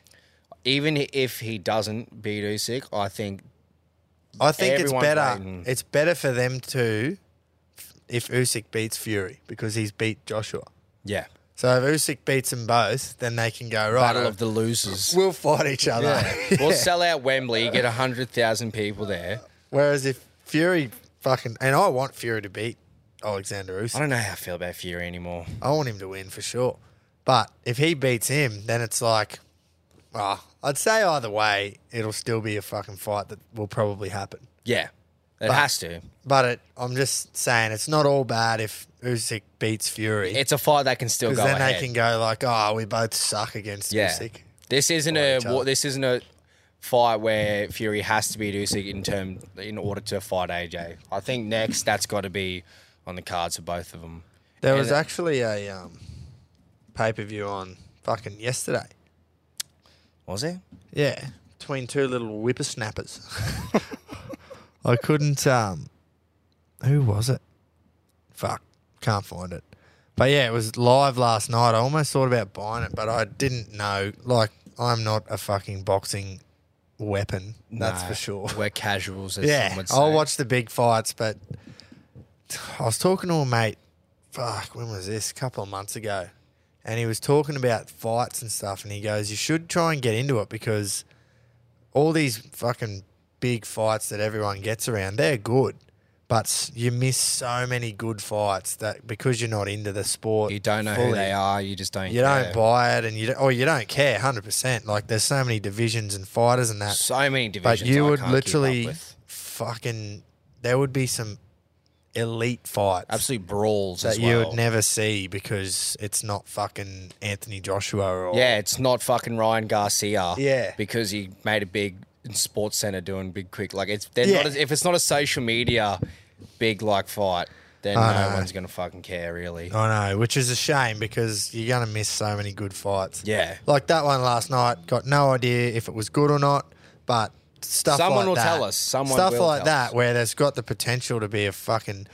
Speaker 3: even if he doesn't beat Usyk. I think
Speaker 1: I think
Speaker 3: Everyone's
Speaker 1: it's better.
Speaker 3: waiting.
Speaker 1: It's better for them to if Usyk beats Fury because he's beat Joshua.
Speaker 3: yeah,
Speaker 1: So if Usyk beats them both, then they can go right.
Speaker 3: battle
Speaker 1: oh,
Speaker 3: of the losers.
Speaker 1: (laughs) we'll fight each other.
Speaker 3: (laughs) We'll sell out Wembley, get hundred thousand people there.
Speaker 1: (laughs) Whereas if Fury fucking and I want Fury to beat Alexander Usyk.
Speaker 3: I don't know how I feel about Fury anymore.
Speaker 1: I want him to win for sure. But if he beats him, then it's like, ah, I'd say either way, it'll still be a fucking fight that will probably happen.
Speaker 3: Yeah, it has to.
Speaker 1: But it, I'm just saying, it's not all bad if Usyk beats Fury.
Speaker 3: It's a fight that can still go.
Speaker 1: because then
Speaker 3: ahead.
Speaker 1: they can go like, oh, we both suck against Usyk.
Speaker 3: This isn't
Speaker 1: Or
Speaker 3: a
Speaker 1: each
Speaker 3: wa-
Speaker 1: other.
Speaker 3: this isn't a fight where Fury has to beat Usyk in term in order to fight AJ. I think next that's got to be on the cards for both of them.
Speaker 1: There
Speaker 3: And-
Speaker 1: was actually a um, pay per view on fucking yesterday.
Speaker 3: Was it?
Speaker 1: Yeah, between two little whippersnappers. (laughs) I couldn't. Um, who was it? Fuck, can't find it. But yeah, it was live last night. I almost thought about buying it, but I didn't know. Like, I'm not a fucking boxing weapon. That's
Speaker 3: Nah,
Speaker 1: for sure.
Speaker 3: We're casuals. As
Speaker 1: Yeah,
Speaker 3: some would
Speaker 1: I'll
Speaker 3: say.
Speaker 1: watch the big fights, but I was talking to a mate. Fuck, when was this? A couple of months ago, and he was talking about fights and stuff, and he goes, "You should try and get into it because all these fucking big fights that everyone gets around, they're good." But s- you miss so many good fights that because you're not into the sport,
Speaker 3: You don't know who
Speaker 1: fully,
Speaker 3: they are. You just don't.
Speaker 1: You
Speaker 3: care.
Speaker 1: don't buy it, and you don't, or you don't care hundred percent. Like there's so many divisions and fighters and that.
Speaker 3: so many divisions.
Speaker 1: But you
Speaker 3: I
Speaker 1: would
Speaker 3: can't keep up
Speaker 1: literally
Speaker 3: with.
Speaker 1: fucking. There would be some elite fights
Speaker 3: absolute brawls
Speaker 1: that
Speaker 3: as well.
Speaker 1: you would never see because it's not fucking Anthony Joshua or
Speaker 3: Yeah, it's not fucking Ryan Garcia.
Speaker 1: Yeah.
Speaker 3: because he made a big in Sports Center doing big quick. Like it's they're
Speaker 1: Yeah.
Speaker 3: not as, if it's not a social media big like fight, then no one's gonna fucking care really.
Speaker 1: I know, which is a shame because you're gonna miss so many good fights.
Speaker 3: Yeah.
Speaker 1: like that one last night. Got no idea if it was good or not, but stuff.
Speaker 3: Someone
Speaker 1: like
Speaker 3: will
Speaker 1: that-
Speaker 3: tell us. Someone
Speaker 1: stuff
Speaker 3: will
Speaker 1: like
Speaker 3: tell
Speaker 1: that
Speaker 3: us.
Speaker 1: where there's got the potential to be a fucking.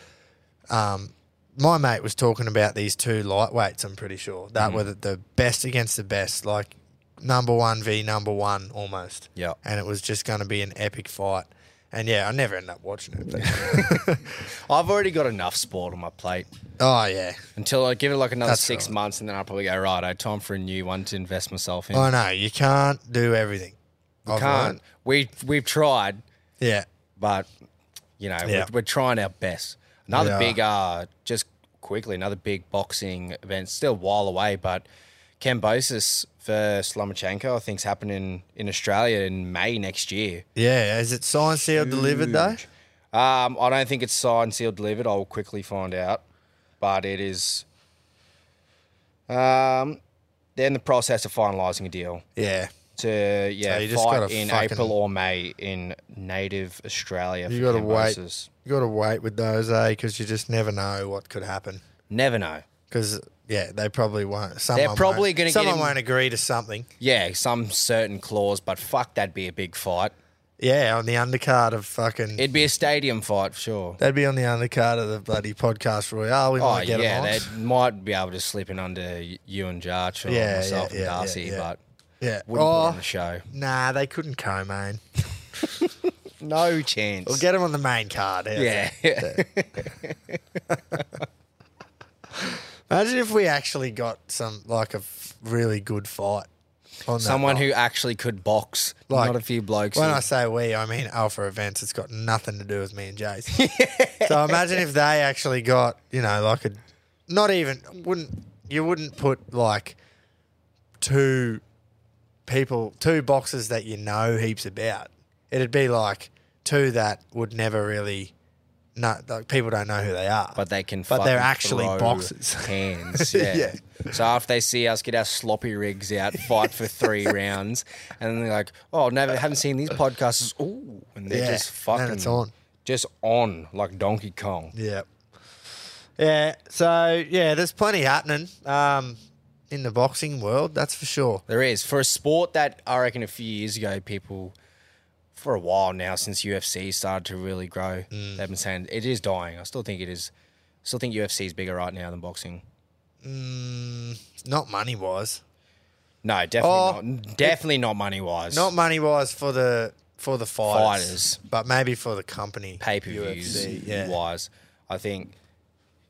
Speaker 1: Um, my mate was talking about these two lightweights. I'm pretty sure that
Speaker 3: Mm-hmm.
Speaker 1: were the, the best against the best, like number one v number one almost.
Speaker 3: Yeah.
Speaker 1: and it was just going to be an epic fight. And yeah, I never end up watching it. but- (laughs)
Speaker 3: I've already got enough sport on my plate
Speaker 1: oh yeah,
Speaker 3: until I give it like another
Speaker 1: That's
Speaker 3: six
Speaker 1: right.
Speaker 3: months, and then I'll probably go right. I time for a new one to invest myself in.
Speaker 1: I know you can't do everything.
Speaker 3: I can't. We we've tried,
Speaker 1: Yeah.
Speaker 3: but you know
Speaker 1: Yeah.
Speaker 3: we're, we're trying our best. Another
Speaker 1: We are.
Speaker 3: big, uh, just quickly, another big boxing event. Still a while away, but Cambosis for Slomachenko, I think, is happening in Australia in May next year.
Speaker 1: Yeah, is it signed, sealed, delivered though?
Speaker 3: Huge. Um, I don't think it's signed, sealed, delivered. I'll quickly find out, but it is. Um, they're in the process of finalising a deal
Speaker 1: Yeah.
Speaker 3: to yeah
Speaker 1: you just
Speaker 3: fight
Speaker 1: gotta
Speaker 3: in
Speaker 1: fucking-
Speaker 3: April or May in native Australia.
Speaker 1: You
Speaker 3: for
Speaker 1: got to
Speaker 3: Ken
Speaker 1: wait.
Speaker 3: Bosa's.
Speaker 1: You got to wait with those, eh? Because you just never know what could happen.
Speaker 3: Never know.
Speaker 1: Because yeah, they probably won't. Someone
Speaker 3: probably
Speaker 1: won't-
Speaker 3: gonna get
Speaker 1: someone
Speaker 3: him-
Speaker 1: won't agree to something.
Speaker 3: Yeah, some certain clause, but fuck, that'd be a big fight.
Speaker 1: Yeah, on the undercard of fucking.
Speaker 3: It'd be a stadium fight, for sure.
Speaker 1: They'd be on the undercard of the bloody podcast royale. We
Speaker 3: Oh
Speaker 1: might get
Speaker 3: yeah,
Speaker 1: yeah,
Speaker 3: they might be able to slip in under y- you and Jarch or
Speaker 1: Yeah, yeah, yeah,
Speaker 3: myself and
Speaker 1: yeah,
Speaker 3: Darcy,
Speaker 1: yeah.
Speaker 3: but
Speaker 1: Yeah.
Speaker 3: wouldn't put
Speaker 1: Oh,
Speaker 3: on the show.
Speaker 1: nah, they couldn't co-main.
Speaker 3: No chance.
Speaker 1: We'll get them on the main card. how's that?
Speaker 3: yeah. (laughs)
Speaker 1: Imagine if we actually got some like a f- really good fight. On that
Speaker 3: Someone
Speaker 1: night.
Speaker 3: who actually could box,
Speaker 1: Like,
Speaker 3: not a few blokes.
Speaker 1: When
Speaker 3: who-
Speaker 1: I say we, I mean Alpha Events. It's got nothing to do with me and Jace. so imagine if they actually got, you know, like a, not even wouldn't you wouldn't put like two people, two boxes that you know heaps about. It'd be like two that would never really, no, like people don't know who they are.
Speaker 3: but they can.
Speaker 1: but they're
Speaker 3: fucking
Speaker 1: actually
Speaker 3: throw
Speaker 1: boxers. (laughs)
Speaker 3: (laughs) Hands, yeah. So after they see us get our sloppy rigs out, fight
Speaker 1: (laughs)
Speaker 3: for three rounds, and then they're like, "Oh, never haven't seen these podcasts." Ooh, and they're
Speaker 1: Yeah,
Speaker 3: just
Speaker 1: and
Speaker 3: fucking.
Speaker 1: then it's on.
Speaker 3: Just on like Donkey Kong.
Speaker 1: Yeah. Yeah. So yeah, there's plenty happening um, in the boxing world. That's for sure.
Speaker 3: There is for a sport that I reckon a few years ago people, for a while now since UFC started to really grow,
Speaker 1: Mm.
Speaker 3: they've been saying it is dying. I still think it is. Still think UFC is bigger right now than boxing.
Speaker 1: Not money wise.
Speaker 3: No,
Speaker 1: Oh,
Speaker 3: definitely not. Definitely not money wise.
Speaker 1: Not money wise for the for the fighters,
Speaker 3: Fighters.
Speaker 1: but maybe for the company.
Speaker 3: pay per views
Speaker 1: UFC, yeah.
Speaker 3: wise. I think,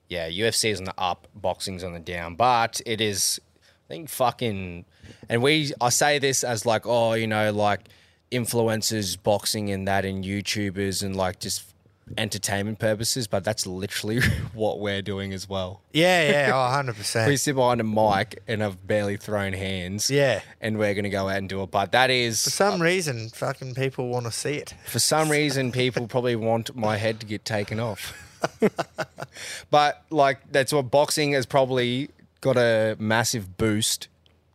Speaker 3: yeah, UFC is on the up, boxing's on the down, but it is, I think, fucking. And we, I say this as like, oh, you know, like influencers, boxing, and that, and YouTubers, and like just entertainment purposes, but that's literally (laughs) what we're doing as well.
Speaker 1: Yeah,
Speaker 3: (laughs)
Speaker 1: yeah, oh, 100
Speaker 3: We
Speaker 1: percent.
Speaker 3: sit behind a mic and have barely thrown hands.
Speaker 1: Yeah.
Speaker 3: And we're going to go out and do it. But that is.
Speaker 1: For some reason, fucking people want to see it. (laughs)
Speaker 3: For some reason, people probably want my head to get taken off. (laughs) but like that's what boxing has probably got a massive boost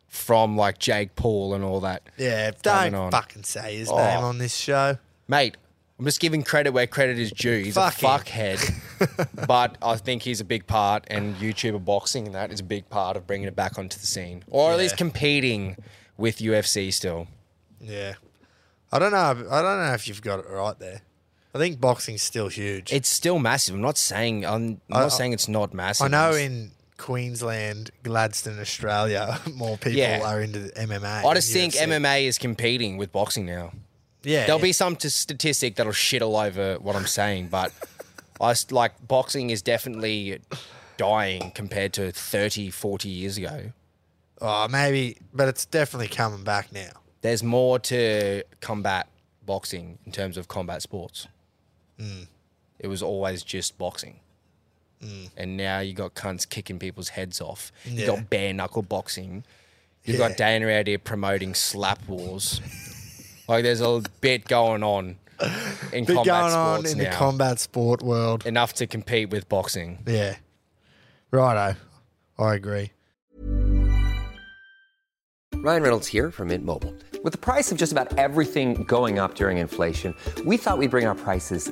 Speaker 3: from like Jake Paul and all that.
Speaker 1: Yeah,
Speaker 3: Coming
Speaker 1: don't
Speaker 3: on. Oh.
Speaker 1: fucking say his name on this show.
Speaker 3: Mate, I'm just giving credit where credit is due. He's
Speaker 1: Fuck
Speaker 3: a
Speaker 1: him. (laughs)
Speaker 3: fuckhead. but I think he's a big part and YouTuber boxing and that is a big part of bringing it back onto the scene. Or at least
Speaker 1: Yeah.
Speaker 3: competing with UFC still.
Speaker 1: Yeah, I don't know. I don't know if you've got it right there. I think boxing's still huge.
Speaker 3: It's still massive. I'm not saying I'm not saying it's not massive.
Speaker 1: I know
Speaker 3: It's-
Speaker 1: in Queensland, Gladstone, Australia, (laughs) more people
Speaker 3: Yeah.
Speaker 1: are into the MMA.
Speaker 3: I
Speaker 1: than
Speaker 3: just think
Speaker 1: UFC.
Speaker 3: MMA is competing with boxing now.
Speaker 1: Yeah,
Speaker 3: There'll be some t- statistic that'll shit all over what I'm saying, but I s- like boxing is definitely dying compared to 30, 40 years ago.
Speaker 1: oh, maybe, but it's definitely coming back now.
Speaker 3: There's more to combat boxing in terms of combat sports.
Speaker 1: Mm.
Speaker 3: It was always just boxing. And now you got cunts kicking people's heads off. You
Speaker 1: Mm. Yeah.
Speaker 3: got bare knuckle boxing. You've got Dana out here promoting slap wars. like there's a bit going on in
Speaker 1: Bit
Speaker 3: combat
Speaker 1: going on
Speaker 3: sports
Speaker 1: in
Speaker 3: now.
Speaker 1: the combat sport world.
Speaker 3: Enough to compete with boxing.
Speaker 1: Yeah, righto, I agree.
Speaker 4: Ryan Reynolds here from Mint Mobile. With the price of just about everything going up during inflation, we thought we'd bring our prices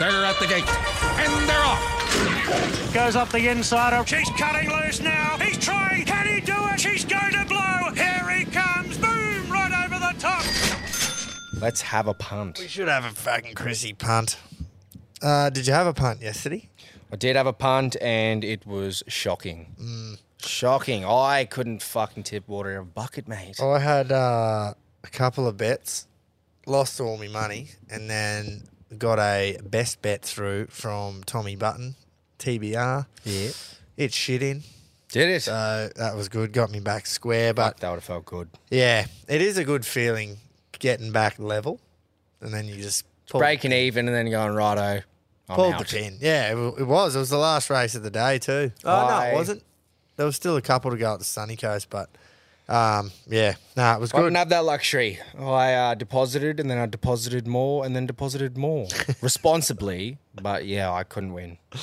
Speaker 6: They're at the gate. And they're off.
Speaker 7: Goes up the inside. of- She's cutting loose now. He's trying. Can he do it? She's going to blow. Here he comes. Boom! Right over the top.
Speaker 3: Let's have a punt.
Speaker 1: We should have a fucking Chrissy punt. Uh, did you have a punt yesterday? Mm.
Speaker 3: I did have a punt and it was shocking. Shocking. I couldn't fucking tip water in a bucket, mate.
Speaker 1: I had uh, a couple of bets, lost all my money, and then got a best bet through from Tommy Button, TBR.
Speaker 3: Yeah.
Speaker 1: It's shit in.
Speaker 3: Did it?
Speaker 1: So that was good. Got me back square. But
Speaker 3: that would have felt good.
Speaker 1: yeah, it is a good feeling getting back level. And then you just pull,
Speaker 3: Breaking even and then going, righto, I'm
Speaker 1: pulled
Speaker 3: out.
Speaker 1: the pin. Yeah, it, wa- it was. It was the last race of the day, too. Oh, no,
Speaker 3: I-
Speaker 1: it wasn't. There was still a couple to go at the sunny coast, but um, yeah, no, it was
Speaker 3: I
Speaker 1: good.
Speaker 3: didn't have that luxury. I uh, deposited and then I deposited more and then
Speaker 1: (laughs)
Speaker 3: deposited more responsibly. But yeah, I couldn't win. Uh,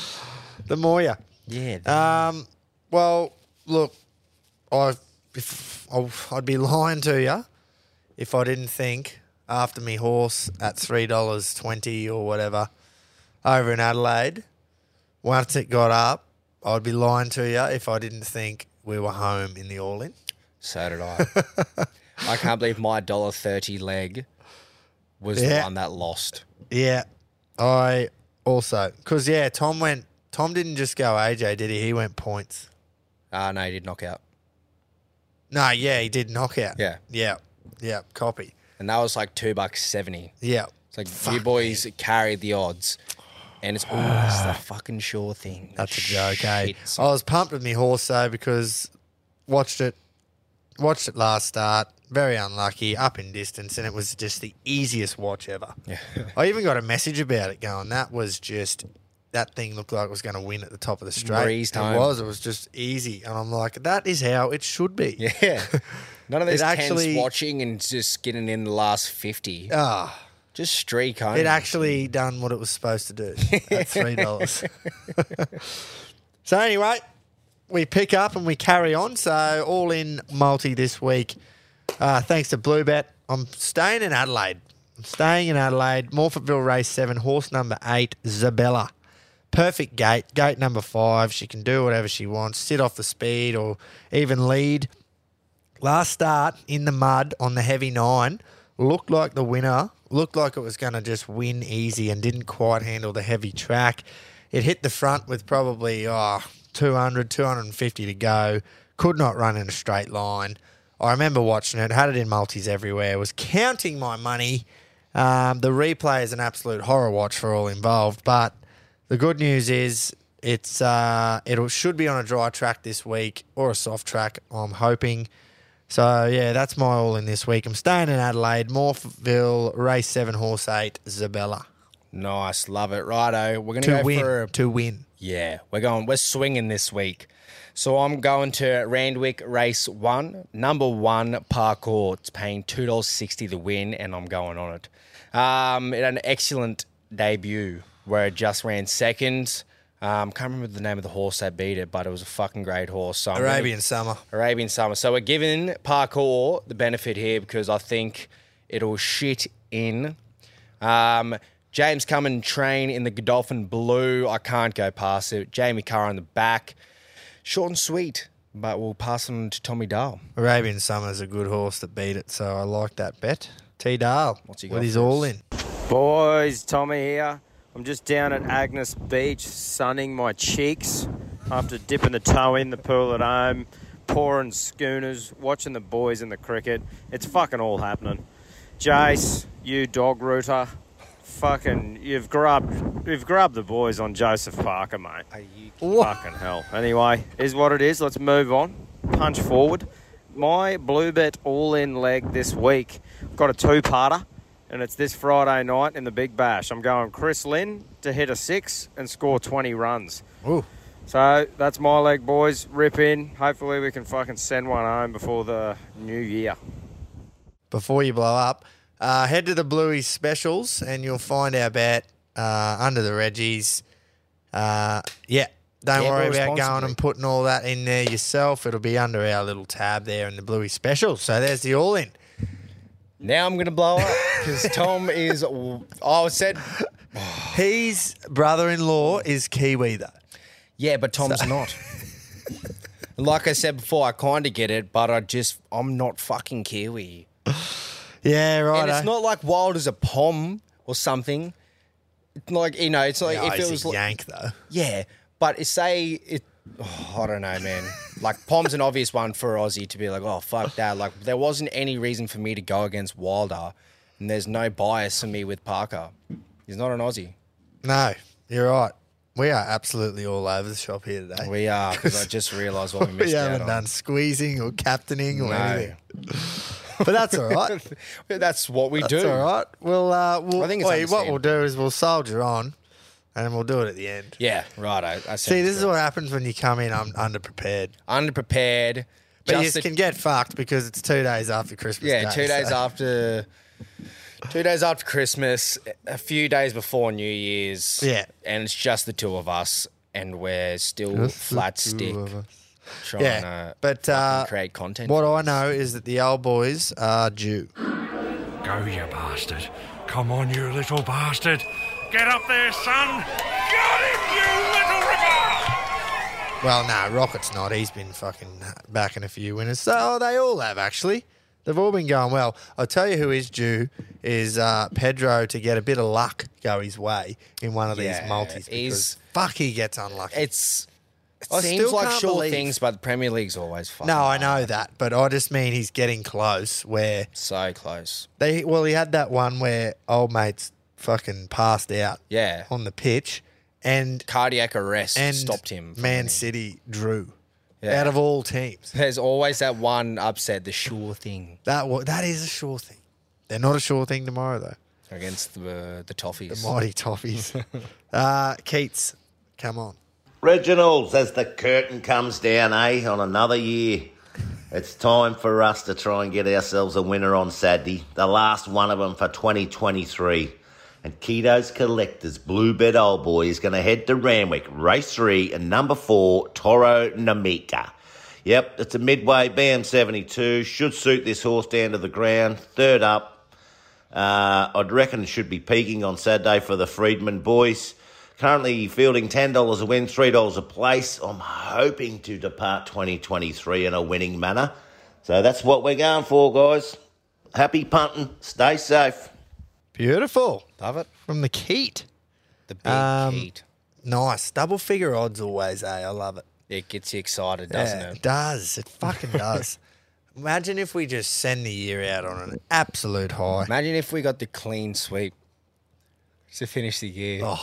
Speaker 1: The Moya.
Speaker 3: Yeah.
Speaker 1: Um, well, look, I if, I- I'd be lying to you if I didn't think after me horse at three dollars twenty or whatever over in Adelaide, once it got up, I'd be lying to you if I didn't think we were home in the all in.
Speaker 3: so did I.
Speaker 1: (laughs)
Speaker 3: I can't believe my dollar thirty leg was the
Speaker 1: Yeah.
Speaker 3: one that lost.
Speaker 1: Yeah, I also because yeah, Tom went. Tom didn't just go AJ, did he? He went points.
Speaker 3: Ah, no, he did knock out.
Speaker 1: No, yeah, he did knockout.
Speaker 3: Yeah.
Speaker 1: yeah, yeah. Copy.
Speaker 3: And that was like two bucks seventy.
Speaker 1: Yeah.
Speaker 3: It's like you boys carried the odds. And it's always
Speaker 1: (sighs)
Speaker 3: the fucking sure thing.
Speaker 1: That's a joke, eh?
Speaker 3: Shit.
Speaker 1: I was pumped with my horse though because watched it, watched it last start. Very unlucky, up in distance, and it was just the easiest watch ever. (laughs) I even got a message about it going. That was just that thing looked like it was going to win at the top of the straight.
Speaker 3: Breezed
Speaker 1: it
Speaker 3: home.
Speaker 1: was. It was just easy, and I'm like, that is how it should be.
Speaker 3: Yeah. (laughs) None of this
Speaker 1: actually-
Speaker 3: tense watching and just getting in the last fifty.
Speaker 1: Ah,
Speaker 3: just streak home.
Speaker 1: it actually done what it was supposed to (laughs) do at three dollars. (laughs) so anyway, we pick up and we carry on. So all in multi this week. Uh, thanks to Bluebet, I'm staying in Adelaide. I'm staying in Adelaide. Morfettville Race Seven, horse number eight, Zabella. Perfect gate, gate number five. She can do whatever she wants, sit off the speed or even lead. Last start in the mud on the heavy nine looked like the winner. Looked like it was going to just win easy and didn't quite handle the heavy track. It hit the front with probably oh, 200, 250 to go. Could not run in a straight line. I remember watching it, had it in multis everywhere, was counting my money. Um, the replay is an absolute horror watch for all involved, but the good news is it's uh, it should be on a dry track this week or a soft track. I'm hoping. So yeah, that's my all in this week. I'm staying in Adelaide, Morphville, race seven, horse eight, Zabella
Speaker 3: Nice, love it. Righto, we're gonna
Speaker 1: to
Speaker 3: go
Speaker 1: win.
Speaker 3: for a,
Speaker 1: To win.
Speaker 3: yeah. We're going. We're swinging this week. So I'm going to Randwick Race One, number one parkour. It's paying two dollars sixty to win, and I'm going on it. Um, it had an excellent debut where it just ran second. Um, can't remember the name of the horse that beat it, but it was a fucking great horse. So I'm really-
Speaker 1: Arabian summer.
Speaker 3: Arabian Summer. So we're giving parkour the benefit here because I think it'll shit in. Um, James Cummin train in the Godolphin blue. I can't go past it. Jamie Carr in the back. Short and sweet, but we'll pass on to Tommy Dahl.
Speaker 1: Arabian summer's a good horse that beat it, so I like that bet. T Dale
Speaker 3: What's he got
Speaker 1: with his
Speaker 3: for us?
Speaker 1: all in.
Speaker 8: Boys, Tommy here. I'm just down at Agnes Beach, sunning my cheeks after dipping the toe in the pool at home, pouring schooners, watching the boys in the cricket. It's fucking all happening. Jace, you dog rooter, fucking, you've grubbed, you've grubbed the boys on Joseph Parker, mate. Fucking hell. Anyway, is what it is. Let's move on. Punch forward. My blue bet all in leg this week. Got a two parter, and it's this Friday night in the Big Bash. I'm going Chris Lynn to hit a six and score 20 runs.
Speaker 1: Ooh.
Speaker 8: So that's my leg, boys. Rip in. Hopefully, we can fucking send one home before the new year.
Speaker 1: before you blow up, uh, head to the Bluey's specials and you'll find our bet uh, under the Reggie's. Uh, yeah, don't
Speaker 3: Gamble
Speaker 1: worry about going
Speaker 3: responsibly.
Speaker 1: and putting all that in there yourself. It'll be under our little tab there in the Bluey specials. So there's the all in.
Speaker 3: Now I'm going to blow up because Tom is. I said,
Speaker 1: His brother in law is Kiwi, though.
Speaker 3: yeah, but Tom's not. Like I said before, I kind of get it, but I just, I'm not fucking Kiwi.
Speaker 1: Yeah, right.
Speaker 3: and it's not like wild as a pom or something. It's Like you know, it's like if it was
Speaker 1: a
Speaker 3: like,
Speaker 1: yank, though.
Speaker 3: yeah, but it- say it Oh, I don't know, man. Like Pom's an obvious one for Aussie to be like, oh fuck that. Like there wasn't any reason for me to go against Wilder, and there's no bias for me with Parker. He's not an Aussie.
Speaker 1: No, you're right. We are absolutely all over the shop here today.
Speaker 3: We are because I just realised what
Speaker 1: (laughs)
Speaker 3: we
Speaker 1: We
Speaker 3: missed out
Speaker 1: haven't
Speaker 3: on.
Speaker 1: done squeezing or captaining or
Speaker 3: No.
Speaker 1: anything.
Speaker 3: (laughs)
Speaker 1: But that's all right.
Speaker 3: That's what we
Speaker 1: That's
Speaker 3: do.
Speaker 1: all right. We'll, uh, we'll
Speaker 3: I think it's
Speaker 1: wait, what we'll
Speaker 3: understandable.
Speaker 1: do is we'll soldier on and then we'll do it at the end.
Speaker 3: Yeah, right. I, I
Speaker 1: See, this is what happens when you come in I'm underprepared.
Speaker 3: underprepared.
Speaker 1: But you
Speaker 3: just
Speaker 1: just
Speaker 3: the-
Speaker 1: can get fucked because it's two days after Christmas.
Speaker 3: yeah,
Speaker 1: Day,
Speaker 3: two days
Speaker 1: so-
Speaker 3: after, two days after Christmas, a few days before New Year's.
Speaker 1: Yeah.
Speaker 3: and it's just the two of us, and we're still
Speaker 1: Just the
Speaker 3: flat
Speaker 1: two
Speaker 3: stick
Speaker 1: of us.
Speaker 3: trying
Speaker 1: Yeah,
Speaker 3: to
Speaker 1: but uh,
Speaker 3: create content.
Speaker 1: what I know is that the old boys are due.
Speaker 6: Go, you bastard. Come on, you little bastard. Get up there, son. Got him, you little ripper!
Speaker 1: Well, no, Rocket's not. He's been fucking backing a few winners. So oh, they all have actually. They've all been going well. I'll tell you who is due is uh, Pedro to get a bit of luck go his way in one of
Speaker 3: Yeah,
Speaker 1: these multis
Speaker 3: he's-
Speaker 1: because fuck he gets unlucky.
Speaker 3: It's it
Speaker 1: I
Speaker 3: seems
Speaker 1: still
Speaker 3: like
Speaker 1: can't
Speaker 3: sure
Speaker 1: believe-
Speaker 3: things, but the Premier League's always fucking
Speaker 1: no, I know that, but I just mean he's getting close. Where
Speaker 3: so close.
Speaker 1: they well, he had that one where old mates fucking passed out.
Speaker 3: Yeah.
Speaker 1: on the pitch, and
Speaker 3: Cardiac arrest
Speaker 1: and
Speaker 3: stopped him. from
Speaker 1: Man
Speaker 3: winning.
Speaker 1: City drew
Speaker 3: Yeah.
Speaker 1: out of all teams.
Speaker 3: There's always that one upset, the sure thing
Speaker 1: That wa- that is a sure thing. They're not a sure thing tomorrow though.
Speaker 3: against the the Toffees.
Speaker 1: Mighty
Speaker 3: (laughs)
Speaker 1: Toffees. uh, Keats, come on.
Speaker 9: Reginald, as the curtain comes down, eh, on another year, it's time for us to try and get ourselves a winner on Saturday, the last one of them for 2023. And Keto's Collectors Bluebed Old Boy is going to head to Ranwick, race three, and number four, Toro Namika. Yep, it's a midway BM72, should suit this horse down to the ground, third up, uh, I'd reckon it should be peaking on Saturday for the Freedman boys. Currently fielding $10 a win, $3 a place. I'm hoping to depart 2023 in a winning manner. So that's what we're going for, guys. Happy punting. Stay safe.
Speaker 1: Beautiful.
Speaker 3: Love it.
Speaker 1: From the Keat.
Speaker 3: The big
Speaker 1: Um,
Speaker 3: heat.
Speaker 1: Nice. Double figure odds always, eh? I love it.
Speaker 3: It gets you excited, doesn't
Speaker 1: Yeah,
Speaker 3: it?
Speaker 1: does. It fucking
Speaker 3: (laughs)
Speaker 1: does. Imagine if we just send the year out on an absolute high.
Speaker 3: Imagine if we got the clean sweep to finish the year. (laughs)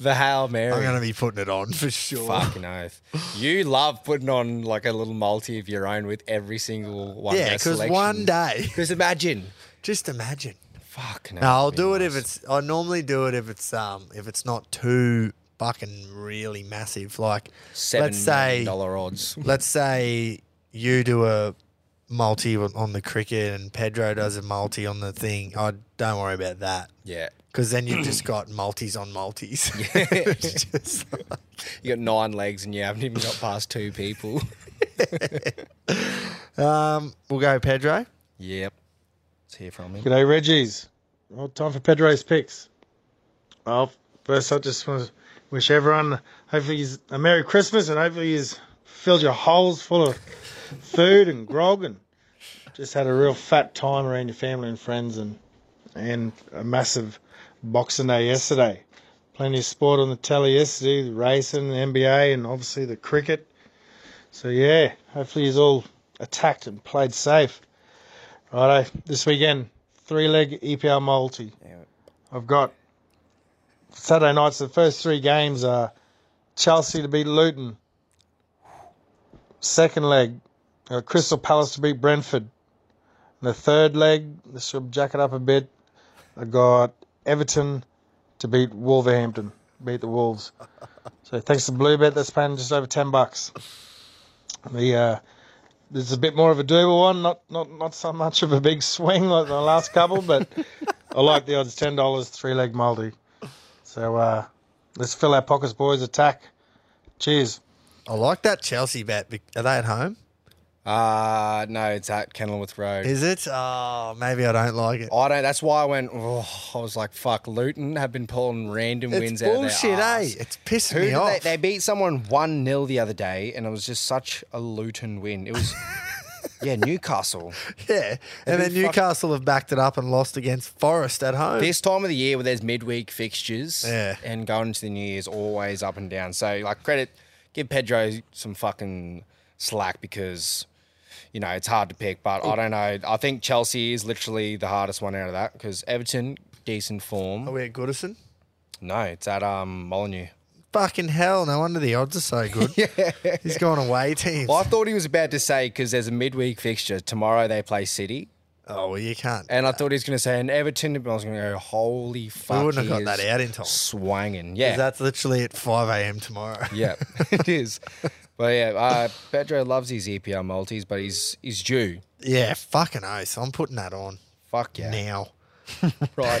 Speaker 3: the Hail Mary.
Speaker 1: Oh. I'm going to be putting it on for sure.
Speaker 3: Fucking oath. You love putting on like a little multi of your own with every single one.
Speaker 1: Yeah, because one day,
Speaker 3: Because imagine.
Speaker 1: just imagine.
Speaker 3: Fuck no.
Speaker 1: No, I'll
Speaker 3: it'd be
Speaker 1: do it
Speaker 3: nice.
Speaker 1: if it's. I normally do it if it's um if it's not too fucking really massive. Like
Speaker 3: seven
Speaker 1: let's say (laughs)
Speaker 3: dollar odds.
Speaker 1: let's say you do a multi on the cricket and Pedro does a multi on the thing. I don't worry about that
Speaker 3: Yeah. (laughs)
Speaker 1: because then you've
Speaker 3: (clears throat)
Speaker 1: just got multis on multis. It's (laughs) just-
Speaker 3: You got nine legs and you haven't even got past two people. (laughs)
Speaker 1: um, we'll go Pedro.
Speaker 3: yep. Let's hear from him.
Speaker 10: G'day, Reggie's. Well, time for Pedro's picks. Well, first, I just want to wish everyone hopefully he's a Merry Christmas and hopefully he's filled your holes full of food and grog and just had a real fat time around your family and friends and and a massive boxing day yesterday. Plenty of sport on the telly yesterday, the racing, the NBA, and obviously the cricket. So yeah, hopefully he's all attacked and played safe. Righto, this weekend, three leg EPL multi. I've got Saturday nights, the first three games are Chelsea to beat Luton. Second leg, uh, Crystal Palace to beat Brentford. And the third leg, this should jack it up a bit. I got Everton to beat Wolverhampton, beat the Wolves. So thanks to Bluebet, that's paying just over ten bucks. The uh, there's a bit more of a doable one, not not not so much of a big swing like the last couple, but I like the odds ten dollars three leg multi. So uh, let's fill our pockets, boys. Attack! Cheers.
Speaker 1: I like that Chelsea bet. Be- Are they at home?
Speaker 3: Uh no, it's at Kenilworth Road.
Speaker 1: Is it? Oh, maybe I don't like it.
Speaker 3: I don't. That's why I went. Oh, I was like, "Fuck!" Luton have been pulling random
Speaker 1: It's
Speaker 3: wins
Speaker 1: bullshit, eh?
Speaker 3: out of their ass.
Speaker 1: It's pissing
Speaker 3: Who
Speaker 1: me
Speaker 3: did
Speaker 1: off.
Speaker 3: They, they beat someone one 0 the other day, and it was just such a Luton win.
Speaker 1: (laughs)
Speaker 3: It was, yeah, Newcastle.
Speaker 1: (laughs) Yeah, and then
Speaker 3: been fuck-
Speaker 1: Newcastle have backed it up and lost against Forest at home.
Speaker 3: This time of the year, where there's midweek fixtures,
Speaker 1: Yeah.
Speaker 3: and going into the New Year's, always up and down. So, like, credit give Pedro some fucking slack because you know it's hard to pick. But I don't know. I think Chelsea is literally the hardest one out of that because Everton decent form. Are
Speaker 1: we at Goodison?
Speaker 3: No, it's at um Molyneux.
Speaker 1: Fucking hell, no wonder the odds are so
Speaker 3: (laughs)
Speaker 1: good. He's gone away teams.
Speaker 3: Well, I thought he was about to say because there's a midweek fixture tomorrow. They play City.
Speaker 1: Oh well, you can't.
Speaker 3: And I thought he was going to say an Everton. but I was going to go, holy fuck!
Speaker 1: wouldn't have
Speaker 3: he
Speaker 1: got
Speaker 3: is
Speaker 1: that out in time.
Speaker 3: Swanging, yeah,
Speaker 1: That's literally at 5 a.m. tomorrow.
Speaker 3: yeah, (laughs) it is. But yeah, uh, Pedro loves his EPL multis, but he's he's due
Speaker 1: (laughs) Yeah, fucking oath. I'm putting that on.
Speaker 3: Fuck yeah.
Speaker 1: Now.
Speaker 3: right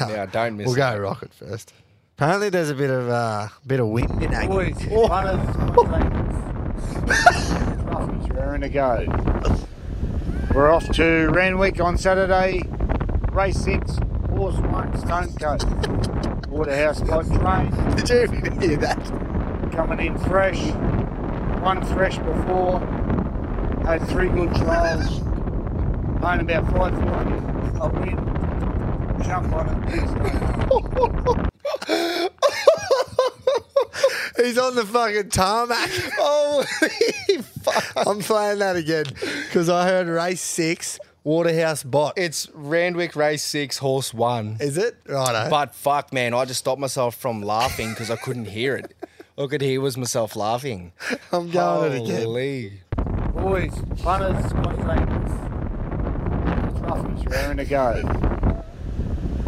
Speaker 1: (laughs)
Speaker 3: now. Don't miss.
Speaker 1: We'll
Speaker 3: it.
Speaker 1: go rocket first. Apparently, there's a bit of uh, bit of wind in (laughs) Agnes.
Speaker 11: Boys, one of (laughs) Raring to go. We're off to Renwick on Saturday, race six, horse one, stone coat. Waterhouse by train. Did you even hear that? Coming in fresh, one fresh before, had three good trials, owned about five forty. I win, jump on it.
Speaker 1: He's on the fucking
Speaker 3: (laughs)
Speaker 1: tarmac.
Speaker 3: Oh,
Speaker 1: fuck. I'm playing that again because I heard race six, Waterhouse bot.
Speaker 3: It's Randwick race six, horse one.
Speaker 1: Is it? Righto.
Speaker 3: But fuck, man, I just stopped myself from laughing because I couldn't hear it. All I could hear was myself laughing.
Speaker 1: I'm going
Speaker 11: it again.
Speaker 3: Holy.
Speaker 11: Boys, punters, Queenslanders, Truffies, raring to go.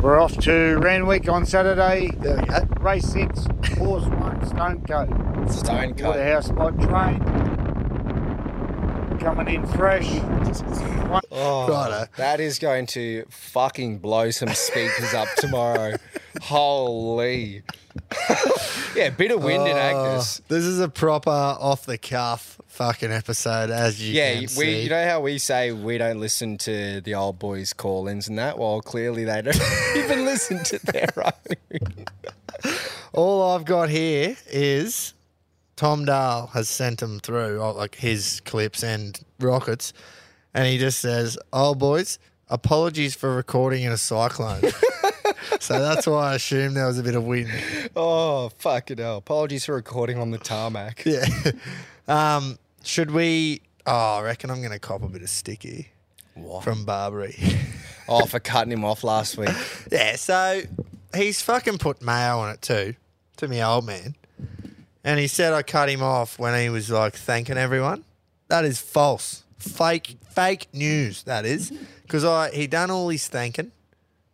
Speaker 11: We're off to Renwick on Saturday. Race six, horse one, Stone Coat.
Speaker 3: Stone Coat.
Speaker 11: Waterhouse by train. Coming in fresh. One-
Speaker 3: Oh, that is going to fucking blow some speakers up
Speaker 1: (laughs)
Speaker 3: tomorrow. Holy. yeah, bit of wind in Agnes.
Speaker 1: Oh, This is a proper off the cuff fucking episode, as you
Speaker 3: Yeah,
Speaker 1: can
Speaker 3: we.
Speaker 1: see.
Speaker 3: You know how we say we don't listen to the old boys' call-ins and that. Well, clearly they don't (laughs) even listen to their own.
Speaker 1: All I've got here is Tom Dahl has sent him through oh, like his clips and rockets, and he just says, "Oh boys, apologies for recording in a cyclone." (laughs) so that's why I assume there was a bit of wind.
Speaker 3: Oh fucking hell! Apologies for recording on the tarmac.
Speaker 1: Yeah. Um, should we? Oh, I reckon I'm going to cop a bit of sticky
Speaker 3: What?
Speaker 1: from Barbary.
Speaker 3: oh, for cutting him off last week.
Speaker 1: Yeah, so he's fucking put mayo on it too, to me old man. And he said I cut him off when he was like thanking everyone. That is false. Fake fake news, that is. Because I he done all his thanking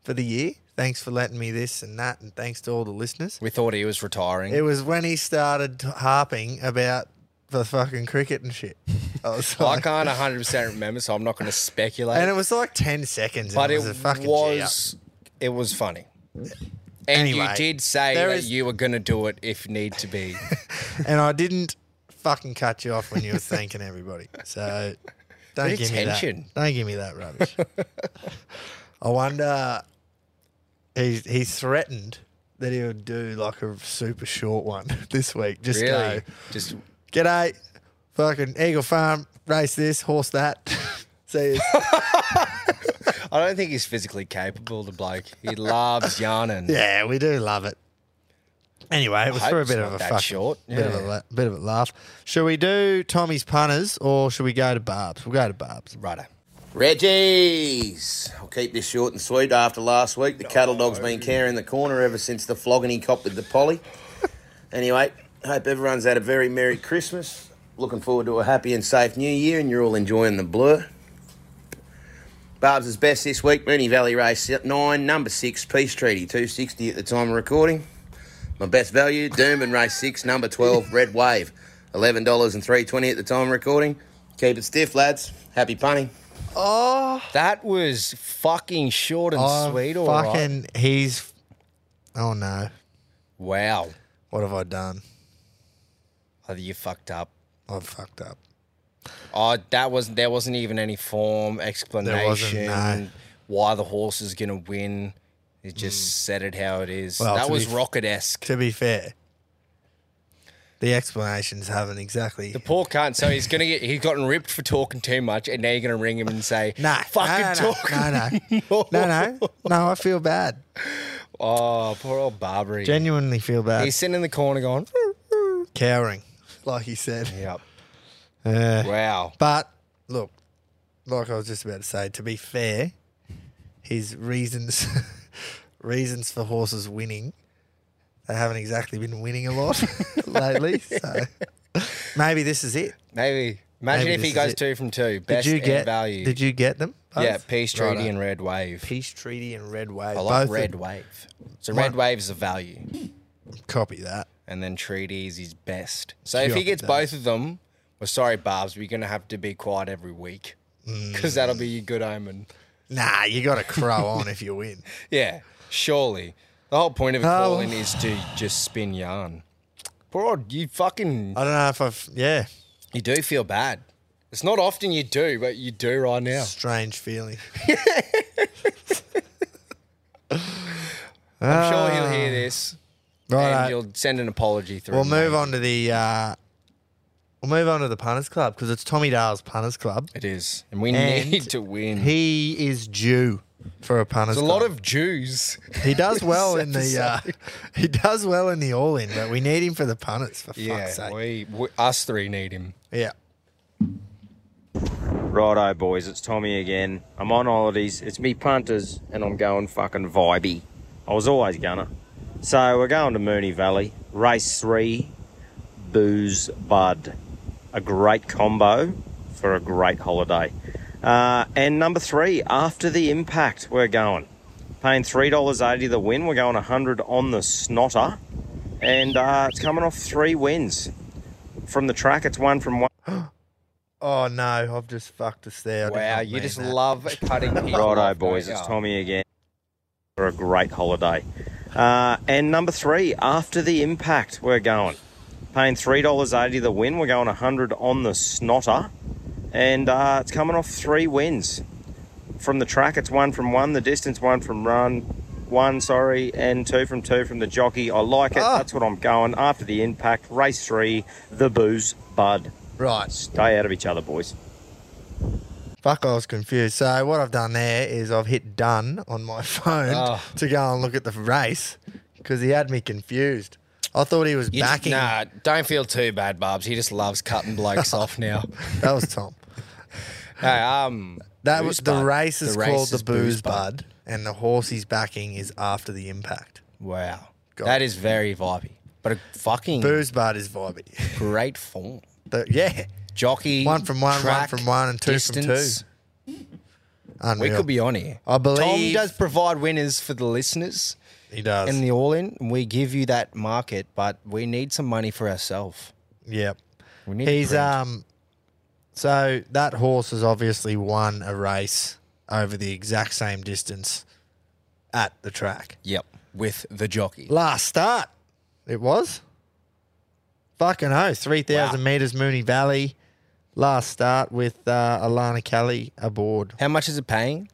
Speaker 1: for the year. Thanks for letting me this and that and thanks to all the listeners.
Speaker 3: We thought he was retiring.
Speaker 1: It was when he started harping about the fucking cricket and shit. I was
Speaker 3: (laughs) I
Speaker 1: like,
Speaker 3: can't 100 percent remember, so I'm not going to speculate.
Speaker 1: and it was like ten seconds.
Speaker 3: but
Speaker 1: and
Speaker 3: it
Speaker 1: was a fucking G up.
Speaker 3: was it was funny. And
Speaker 1: Anyway,
Speaker 3: you did say
Speaker 1: there
Speaker 3: that
Speaker 1: is-
Speaker 3: you were going to do it if need
Speaker 1: (laughs)
Speaker 3: to be.
Speaker 1: and I didn't fucking cut you off when
Speaker 3: (laughs)
Speaker 1: you were thanking everybody. So don't
Speaker 3: Bit of
Speaker 1: give me
Speaker 3: tension.
Speaker 1: that. Don't give me that
Speaker 3: (laughs)
Speaker 1: rubbish. I wonder. He he threatened that he would do like a super short one (laughs) this week. Just go.
Speaker 3: really, just
Speaker 1: G'day, fucking Eagle Farm. Race this horse that. (laughs) See, you.
Speaker 3: I don't think he's physically capable. The bloke,
Speaker 1: (laughs)
Speaker 3: he loves yarning.
Speaker 1: yeah, we do love it. Anyway, it was
Speaker 3: I
Speaker 1: for a
Speaker 3: hope
Speaker 1: bit
Speaker 3: it's
Speaker 1: of
Speaker 3: not
Speaker 1: a
Speaker 3: that
Speaker 1: fucking,
Speaker 3: short.
Speaker 1: bit of a
Speaker 3: Yeah.
Speaker 1: la- bit of a laugh. Should we do Tommy's punters or should we go to Barb's? We'll go to Barb's.
Speaker 3: Righto.
Speaker 12: Reggie's. I'll keep this short and sweet after last week. The cattle dog's been carrying the corner ever since the flogging he copped with the polly. Anyway, hope everyone's had a very Merry Christmas. Looking forward to a happy and safe New Year, and you're all enjoying the blur. Barb's is best this week. Mooney Valley Race 9, number 6, Peace Treaty, 260 at the time of recording. My best value, Doomben Race 6, number 12, Red Wave, $11.03.20 at the time of recording. Keep it stiff, lads. Happy punning.
Speaker 1: Oh,
Speaker 3: that was fucking short and
Speaker 1: Oh,
Speaker 3: sweet. All right.
Speaker 1: fucking, he's. Oh no!
Speaker 3: Wow.
Speaker 1: What have I done?
Speaker 3: Either you fucked up.
Speaker 1: I've fucked up.
Speaker 3: Oh, that wasn't. There wasn't even any form explanation.
Speaker 1: no. Mm.
Speaker 3: Why the horse is gonna win? It just said it how it is.
Speaker 1: Well,
Speaker 3: that
Speaker 1: to
Speaker 3: was
Speaker 1: be-
Speaker 3: rocket esque.
Speaker 1: To be fair, the explanations haven't exactly.
Speaker 3: The poor cunt. So he's gonna get. He's gotten ripped for talking too much, and now you're gonna ring him and say,
Speaker 1: (laughs) Nah,
Speaker 3: fucking
Speaker 1: no,
Speaker 3: talk."
Speaker 1: no, no, no, no, no, no. I feel bad.
Speaker 3: (laughs) Oh, poor old Barbary.
Speaker 1: Genuinely feel bad.
Speaker 3: He's sitting in the corner going,
Speaker 1: cowering. like you said.
Speaker 3: Yep.
Speaker 1: wow. But look, like I was just about to say, to be fair, his reasons (laughs) reasons for horses winning, they haven't exactly been winning a lot (laughs) lately. So maybe this is it.
Speaker 3: Maybe. Imagine
Speaker 1: Maybe
Speaker 3: if
Speaker 1: this
Speaker 3: he
Speaker 1: is
Speaker 3: goes
Speaker 1: it.
Speaker 3: two from two. Best
Speaker 1: did you
Speaker 3: and
Speaker 1: get
Speaker 3: value.
Speaker 1: Did you get them?
Speaker 3: Yeah,
Speaker 1: both?
Speaker 3: Peace Treaty
Speaker 1: Righto.
Speaker 3: and Red Wave.
Speaker 1: Peace Treaty and Red Wave.
Speaker 3: I like
Speaker 1: Both
Speaker 3: Red
Speaker 1: are-
Speaker 3: Wave. So
Speaker 1: One-
Speaker 3: Red Wave is a value.
Speaker 1: Copy that.
Speaker 3: And then Treaty is his best. So if he
Speaker 1: Copy
Speaker 3: gets
Speaker 1: that.
Speaker 3: both of them, well, sorry, Barbs, we're going to have to be quiet every week because that'll be your good omen.
Speaker 1: Nah, you got to crow on if you win.
Speaker 3: Yeah, surely. The whole point of a
Speaker 1: Oh,
Speaker 3: call
Speaker 1: well.
Speaker 3: in is to just spin yarn. Bro, you fucking.
Speaker 1: I don't know if I've. Yeah.
Speaker 3: You do feel bad. It's not often you do, but you do right now.
Speaker 1: Strange
Speaker 3: (laughs)
Speaker 1: feeling.
Speaker 3: I'm sure he'll hear this.
Speaker 1: Righto.
Speaker 3: And you'll send an apology through.
Speaker 1: Um, We'll move on to the. Uh, we'll move on to the punters club because it's Tommy Dale's punters
Speaker 3: (laughs)
Speaker 1: club.
Speaker 3: It is, and we need to win.
Speaker 1: He is due for a punters.
Speaker 3: There's a
Speaker 1: club.
Speaker 3: lot of
Speaker 1: (laughs)
Speaker 3: Jews.
Speaker 1: He
Speaker 3: (laughs)
Speaker 1: does well
Speaker 3: This
Speaker 1: in the. Uh, (laughs) he does well in the all in, but we need him for the punters. For
Speaker 3: Yeah,
Speaker 1: fuck's sake.
Speaker 3: we, we us three need him.
Speaker 1: Yeah.
Speaker 8: Righto, boys, it's Tommy again. I'm on holidays, it's me punters, and I'm going fucking vibey. I was always gonna. So we're going to Mooney Valley, race three, booze bud. A great combo for a great holiday. Uh, and number three, after the impact, we're going. Paying $3.80 the win, we're going 100 on the snotter. And uh, it's coming off three wins. From the track, it's one from one.
Speaker 1: Oh no, I've just fucked us there. I did
Speaker 3: Wow,
Speaker 1: not
Speaker 3: you
Speaker 1: mean
Speaker 3: just
Speaker 1: that.
Speaker 3: love cutting people.
Speaker 8: Righto,
Speaker 3: off, Oh.
Speaker 8: boys.
Speaker 3: don't
Speaker 8: It's
Speaker 3: ya?
Speaker 8: Tommy again for a great holiday. Uh, and number three, after the impact, we're going. Paying $3.80 the win, we're going 100 on the snotter. And uh, it's coming off three wins. From the track, it's one from one, the distance, one from run, one, sorry, and two from two from the jockey. I like it. That's what I'm going. After the impact, race three, the booze, bud.
Speaker 1: Right.
Speaker 8: Stay out of each other, boys.
Speaker 1: Fuck, I was confused. So what I've done there is I've hit done on my (laughs) phone
Speaker 3: Oh.
Speaker 1: to go and look at the race because he had me confused. I thought he was
Speaker 3: You just-
Speaker 1: backing.
Speaker 3: Nah, don't feel too bad, Barbs. He just loves cutting blokes off now.
Speaker 1: (laughs) That was Tom.
Speaker 3: Hey, um,
Speaker 1: That was
Speaker 3: Booze
Speaker 1: the
Speaker 3: Bud.
Speaker 1: race is
Speaker 3: The race
Speaker 1: called
Speaker 3: is
Speaker 1: the Booze
Speaker 3: Booze
Speaker 1: Bud, and the horse he's backing is after the impact.
Speaker 3: Hmm. Wow, that is very vibey, but a fucking
Speaker 1: Booze Bud is vibey. (laughs)
Speaker 3: great form.
Speaker 1: But yeah,
Speaker 3: jockey
Speaker 1: one from one,
Speaker 3: track,
Speaker 1: one from one, and two
Speaker 3: distance.
Speaker 1: from two. Unreal.
Speaker 3: We could be on here.
Speaker 1: I believe
Speaker 3: Tom does provide winners for the listeners.
Speaker 1: He does.
Speaker 3: In the all in, we give you that market, but we need some money for ourselves.
Speaker 1: Yep.
Speaker 3: We need
Speaker 1: He's
Speaker 3: print.
Speaker 1: um so that horse has obviously won a race over the exact same distance at the track.
Speaker 3: Yep. With the jockey.
Speaker 1: Last start. It was? Fucking oh, 3,000 metres Mooney Valley. Last start with uh, Alana Kelly aboard.
Speaker 3: How much is it paying?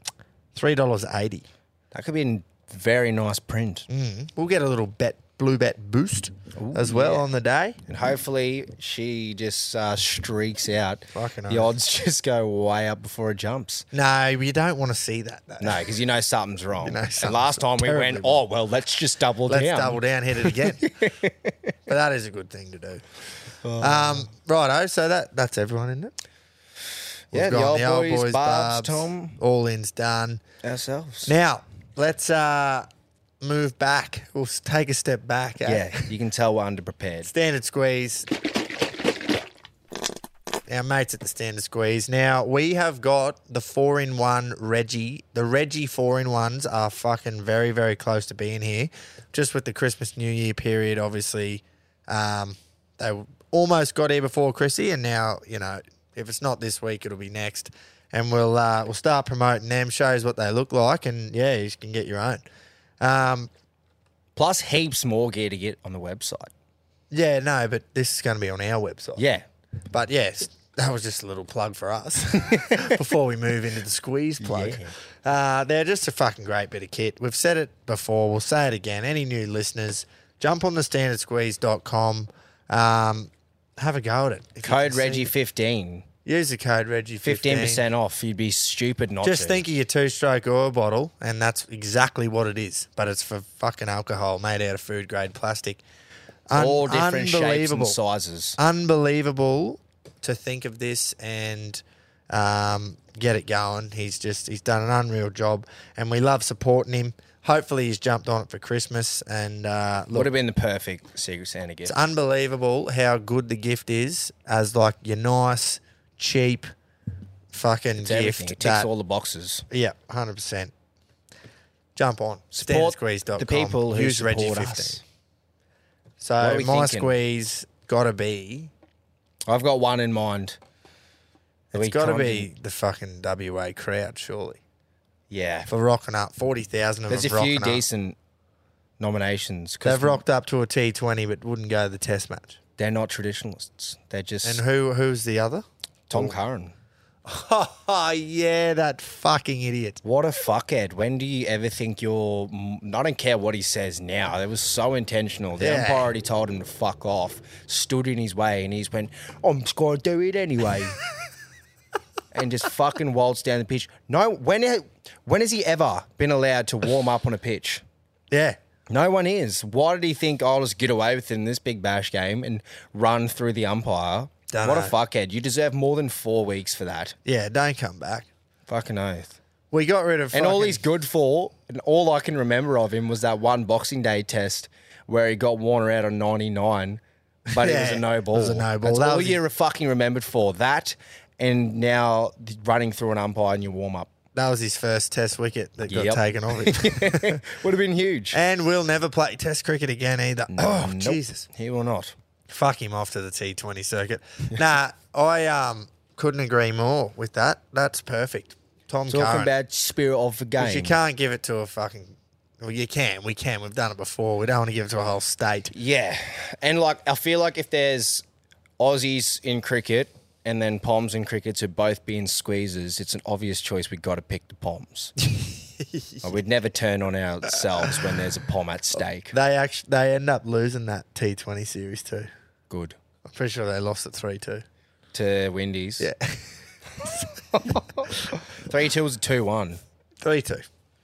Speaker 1: $3.80.
Speaker 3: That could be a very nice print.
Speaker 1: Mm. We'll get a little bet, blue bet boost as well
Speaker 3: yeah.
Speaker 1: on the day.
Speaker 3: And hopefully she just uh, streaks out.
Speaker 1: Fucking
Speaker 3: the
Speaker 1: oath.
Speaker 3: odds (laughs) just go way up before it jumps.
Speaker 1: No, you don't want to see that though.
Speaker 3: No, because you
Speaker 1: (laughs)
Speaker 3: know something's wrong.
Speaker 1: know
Speaker 3: and
Speaker 1: something's
Speaker 3: last time we
Speaker 1: terribly
Speaker 3: went,
Speaker 1: wrong.
Speaker 3: oh, well, let's just double
Speaker 1: Let's
Speaker 3: down.
Speaker 1: double down, hit it
Speaker 3: (laughs)
Speaker 1: again. but that is a good thing to do.
Speaker 3: Oh.
Speaker 1: Um, righto, so that that's everyone, isn't it? We've
Speaker 3: Yeah, the
Speaker 1: gone
Speaker 3: old boys, Barbs, Tom.
Speaker 1: All in's done.
Speaker 3: Ourselves.
Speaker 1: Now, let's uh, move back. We'll s- take a step back. eh?
Speaker 3: Yeah, you can tell we're underprepared.
Speaker 1: Standard squeeze. Our mates at the standard squeeze. Now, we have got the four in one Reggie. The Reggie four in ones are fucking very, very close to being here. Just with the Christmas New Year period, obviously, um, they almost got here before Chrissy, and now, you know, if it's not this week, it'll be next. And we'll uh, we'll start promoting them, shows what they look like, and yeah, you can get your own. Um,
Speaker 3: Plus, heaps more gear to get on the website.
Speaker 1: yeah, no, but this is going to be on our website.
Speaker 3: Yeah.
Speaker 1: But yes, that was just a little plug for
Speaker 3: (laughs)
Speaker 1: us before we move into the squeeze plug. Uh, they're just a fucking great bit of kit. We've said it before. We'll say it again. Any new listeners, jump on the standardsqueeze.com. Um, have a go at it. If you
Speaker 3: Code
Speaker 1: can see-
Speaker 3: Reggie15.
Speaker 1: Use the code Reggie15.
Speaker 3: 15% off. You'd be stupid not
Speaker 1: Just
Speaker 3: to.
Speaker 1: think of your two stroke oil bottle, and that's exactly what it is. But it's for fucking alcohol made out of food grade plastic. Un-
Speaker 3: all different shapes and
Speaker 1: unbelievable.
Speaker 3: sizes.
Speaker 1: Unbelievable to think of this and um, get it going. He's just he's done an unreal job, and we love supporting him. Hopefully, he's jumped on it for Christmas. And uh, look,
Speaker 3: Would have been the perfect Secret Santa gift.
Speaker 1: it's unbelievable how good the gift is as like your nice, cheap, fucking
Speaker 3: It's
Speaker 1: gift.
Speaker 3: everything. It ticks
Speaker 1: that-
Speaker 3: all the boxes.
Speaker 1: Yeah, hundred percent. Jump on
Speaker 3: Support
Speaker 1: standardsqueeze.com.
Speaker 3: the people who
Speaker 1: Use
Speaker 3: support
Speaker 1: Reggie
Speaker 3: us.
Speaker 1: So
Speaker 3: What are
Speaker 1: my
Speaker 3: we thinking?
Speaker 1: squeeze gotta be.
Speaker 3: I've got one in mind. that
Speaker 1: It's
Speaker 3: we
Speaker 1: gotta
Speaker 3: conjured.
Speaker 1: be the fucking WA crowd, surely.
Speaker 3: Yeah,
Speaker 1: for rocking up forty thousand of
Speaker 3: There's
Speaker 1: them.
Speaker 3: a few
Speaker 1: rocking up.
Speaker 3: decent nominations. 'cause
Speaker 1: They've rocked up to a T Twenty, but wouldn't go to the Test match.
Speaker 3: They're not traditionalists. They're just
Speaker 1: And who who's the other?
Speaker 3: Tom Curran. Ah,
Speaker 1: Oh yeah, that fucking idiot.
Speaker 3: What a fuckhead. When do you ever think you're? mm, I don't care what he says now. That was so intentional. The
Speaker 1: Yeah.
Speaker 3: umpire already told him to fuck off. Stood in his way, and he's went. I'm just gonna do
Speaker 1: (laughs)
Speaker 3: it anyway. and just fucking waltzed down the pitch. No, when when has he ever been allowed to warm up on a pitch?
Speaker 1: Yeah.
Speaker 3: No one is. Why did he think "Oh, I'll just get away with it in this big bash game and run through the umpire?
Speaker 1: Dunno.
Speaker 3: what a fuckhead. You deserve more than four weeks for that.
Speaker 1: Yeah, don't come back.
Speaker 3: Fucking oath.
Speaker 1: We got rid of
Speaker 3: And all
Speaker 1: fucking-
Speaker 3: he's good for, and all I can remember of him was that one Boxing Day test where he got Warner out on 99, but it was
Speaker 1: Yeah,
Speaker 3: a no
Speaker 1: it
Speaker 3: ball.
Speaker 1: was a no ball.
Speaker 3: That's
Speaker 1: That
Speaker 3: all
Speaker 1: was-
Speaker 3: you're fucking remembered for. That and now th- running through an umpire in your warm up.
Speaker 1: That was his first Test wicket that got
Speaker 3: Yep.
Speaker 1: taken off
Speaker 3: (laughs)
Speaker 1: him.
Speaker 3: Would have been huge. Um,
Speaker 1: And we'll never play Test cricket again either. oh Jesus,
Speaker 3: he will not.
Speaker 1: Fuck him off to the T Twenty circuit. nah, I um couldn't agree more with that. That's perfect. Tom
Speaker 3: Talking
Speaker 1: Curran.
Speaker 3: about spirit of the game.
Speaker 1: Because you can't give it to a fucking. Well, you can. We can. We've done it before. We don't want to give it to a whole state.
Speaker 3: Yeah. And like I feel like if there's Aussies in cricket and then Poms in cricket to both be in squeezes, it's an obvious choice we gotta pick
Speaker 1: (laughs)
Speaker 3: the Poms. Like, we'd never turn on ourselves when there's a pom at stake.
Speaker 1: They actually they end up losing that T Twenty series too.
Speaker 3: Good.
Speaker 1: I'm pretty sure they lost it three two.
Speaker 3: To Wendy's.
Speaker 1: Yeah.
Speaker 3: Three two was a two one.
Speaker 1: (laughs) Three two.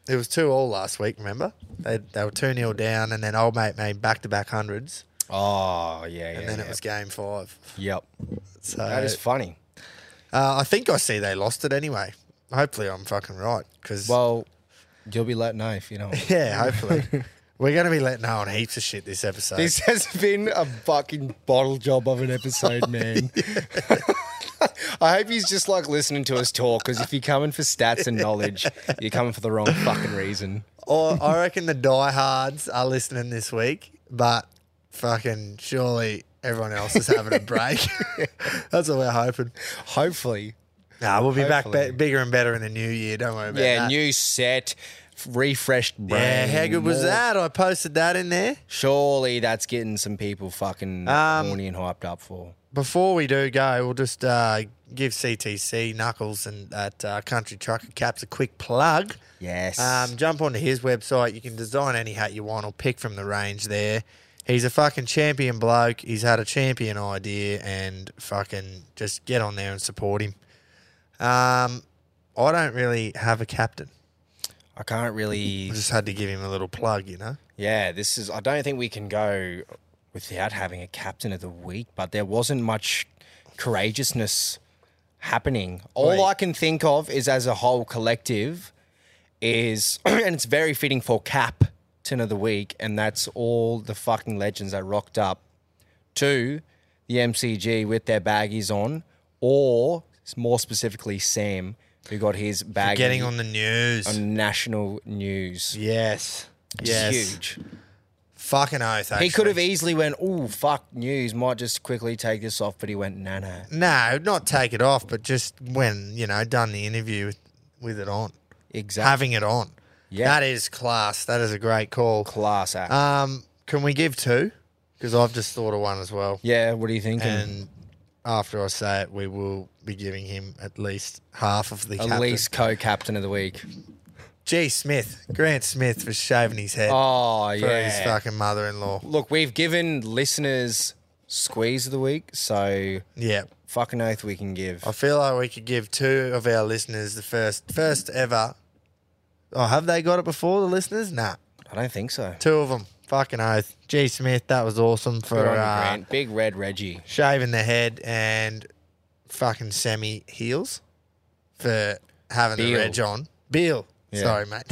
Speaker 1: It was two all last week. Remember? They they were two 0 down, and then old mate made back to back hundreds,
Speaker 3: Oh yeah, yeah.
Speaker 1: and then
Speaker 3: yeah.
Speaker 1: it was game five.
Speaker 3: Yep.
Speaker 1: So
Speaker 3: that is funny.
Speaker 1: Uh, I think I see they lost it anyway. Hopefully, I'm fucking right. Because
Speaker 3: well, you'll be let know if you know.
Speaker 1: yeah,
Speaker 3: (laughs)
Speaker 1: hopefully we're going to be letting know on heaps of shit this episode.
Speaker 3: This has been a fucking bottle job of
Speaker 1: (laughs)
Speaker 3: an episode, man. (laughs) I hope he's just like listening to us talk because if you're coming for stats and knowledge, you're coming for the wrong fucking reason.
Speaker 1: or I reckon the diehards are listening this week, but fucking surely everyone else is having a break. (laughs) That's what we're hoping.
Speaker 3: Hopefully.
Speaker 1: Nah, we'll be
Speaker 3: Hopefully.
Speaker 1: back be- bigger and better in the new year. Don't worry about
Speaker 3: Yeah,
Speaker 1: that.
Speaker 3: new set, f- refreshed brain.
Speaker 1: yeah, how good was
Speaker 3: more-
Speaker 1: that? I posted that in there.
Speaker 3: Surely that's getting some people fucking
Speaker 1: Um,
Speaker 3: horny and hyped up for.
Speaker 1: Before we do go, we'll just uh, give CTC Knuckles and that uh, Country Trucker Caps a quick plug.
Speaker 3: Yes.
Speaker 1: Um, jump onto his website. You can design any hat you want or pick from the range there. He's a fucking champion bloke. He's had a champion idea and fucking just get on there and support him. Um, I don't really have a captain.
Speaker 3: I can't really.
Speaker 1: I just had to give him a little plug, you know?
Speaker 3: Yeah, this is. I don't think we can go without having a captain of the week, but there wasn't much courageousness happening. All
Speaker 13: Wait.
Speaker 3: I can think of is as a whole collective is, (clears throat) and it's very fitting for captain of the week, and that's all the fucking legends that rocked up to the MCG with their baggies on, or more specifically, Sam, who got his baggie
Speaker 1: getting on the news.
Speaker 3: on national news.
Speaker 1: Yes.
Speaker 3: Which is
Speaker 1: Yes.
Speaker 3: huge.
Speaker 1: Fucking oath, actually.
Speaker 3: He could have easily went, oh, fuck news, might just quickly take this off, but he went, no, no.
Speaker 1: No, not take it off, but just when, you know, done the interview with, with it on.
Speaker 3: Exactly.
Speaker 1: Having it on.
Speaker 3: Yeah.
Speaker 1: That is class. That is a great call.
Speaker 3: Class act.
Speaker 1: Um, can we give two? Because I've just thought of one as well.
Speaker 3: Yeah, what do you think?
Speaker 1: And after I say it, we will be giving him at least half of the
Speaker 3: At
Speaker 1: captain.
Speaker 3: least co-captain of the week.
Speaker 1: G. Smith, Grant Smith for shaving his head.
Speaker 3: Oh,
Speaker 1: For his
Speaker 3: yeah.
Speaker 1: fucking mother-in-law.
Speaker 3: Look, we've given listeners squeeze of the week, so
Speaker 1: Yeah.
Speaker 3: fucking oath we can give.
Speaker 1: I feel like we could give two of our listeners the first first ever. Oh, have they got it before the listeners? Nah.
Speaker 3: I don't think so.
Speaker 1: Two of them. Fucking oath. G Smith, that was awesome
Speaker 3: Good
Speaker 1: for
Speaker 3: on you,
Speaker 1: uh,
Speaker 3: Grant. Big red Reggie.
Speaker 1: shaving the head and fucking semi heels for having the
Speaker 3: Beal.
Speaker 1: reg on. Beal.
Speaker 3: Yeah.
Speaker 1: Sorry,
Speaker 3: (laughs)
Speaker 1: mate.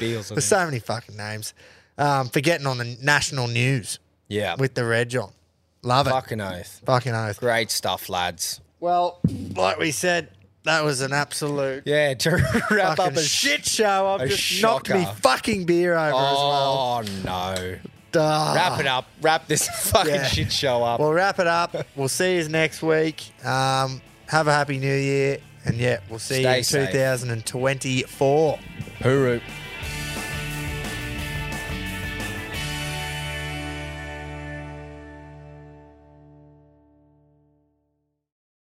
Speaker 3: Beals. I
Speaker 1: There's
Speaker 3: think.
Speaker 1: so many fucking names. Um, for getting on the national news.
Speaker 3: Yeah.
Speaker 1: With the reg on. Love it.
Speaker 3: Fucking oath.
Speaker 1: Fucking oath.
Speaker 3: Great stuff, lads.
Speaker 1: Well, like we said, that was an absolute
Speaker 3: yeah (laughs) to wrap
Speaker 1: fucking
Speaker 3: up a
Speaker 1: shit show. I've
Speaker 3: a
Speaker 1: just knocked me
Speaker 3: shocker.
Speaker 1: fucking beer over as well.
Speaker 3: Oh no.
Speaker 1: Duh.
Speaker 3: Wrap it up. Wrap this (laughs) fucking
Speaker 1: Yeah.
Speaker 3: shit show up.
Speaker 1: We'll wrap it up. We'll see you next week. Um, have a happy new year, and yeah, we'll see
Speaker 3: Stay
Speaker 1: you in
Speaker 3: safe.
Speaker 1: 2024.
Speaker 3: Hooroo.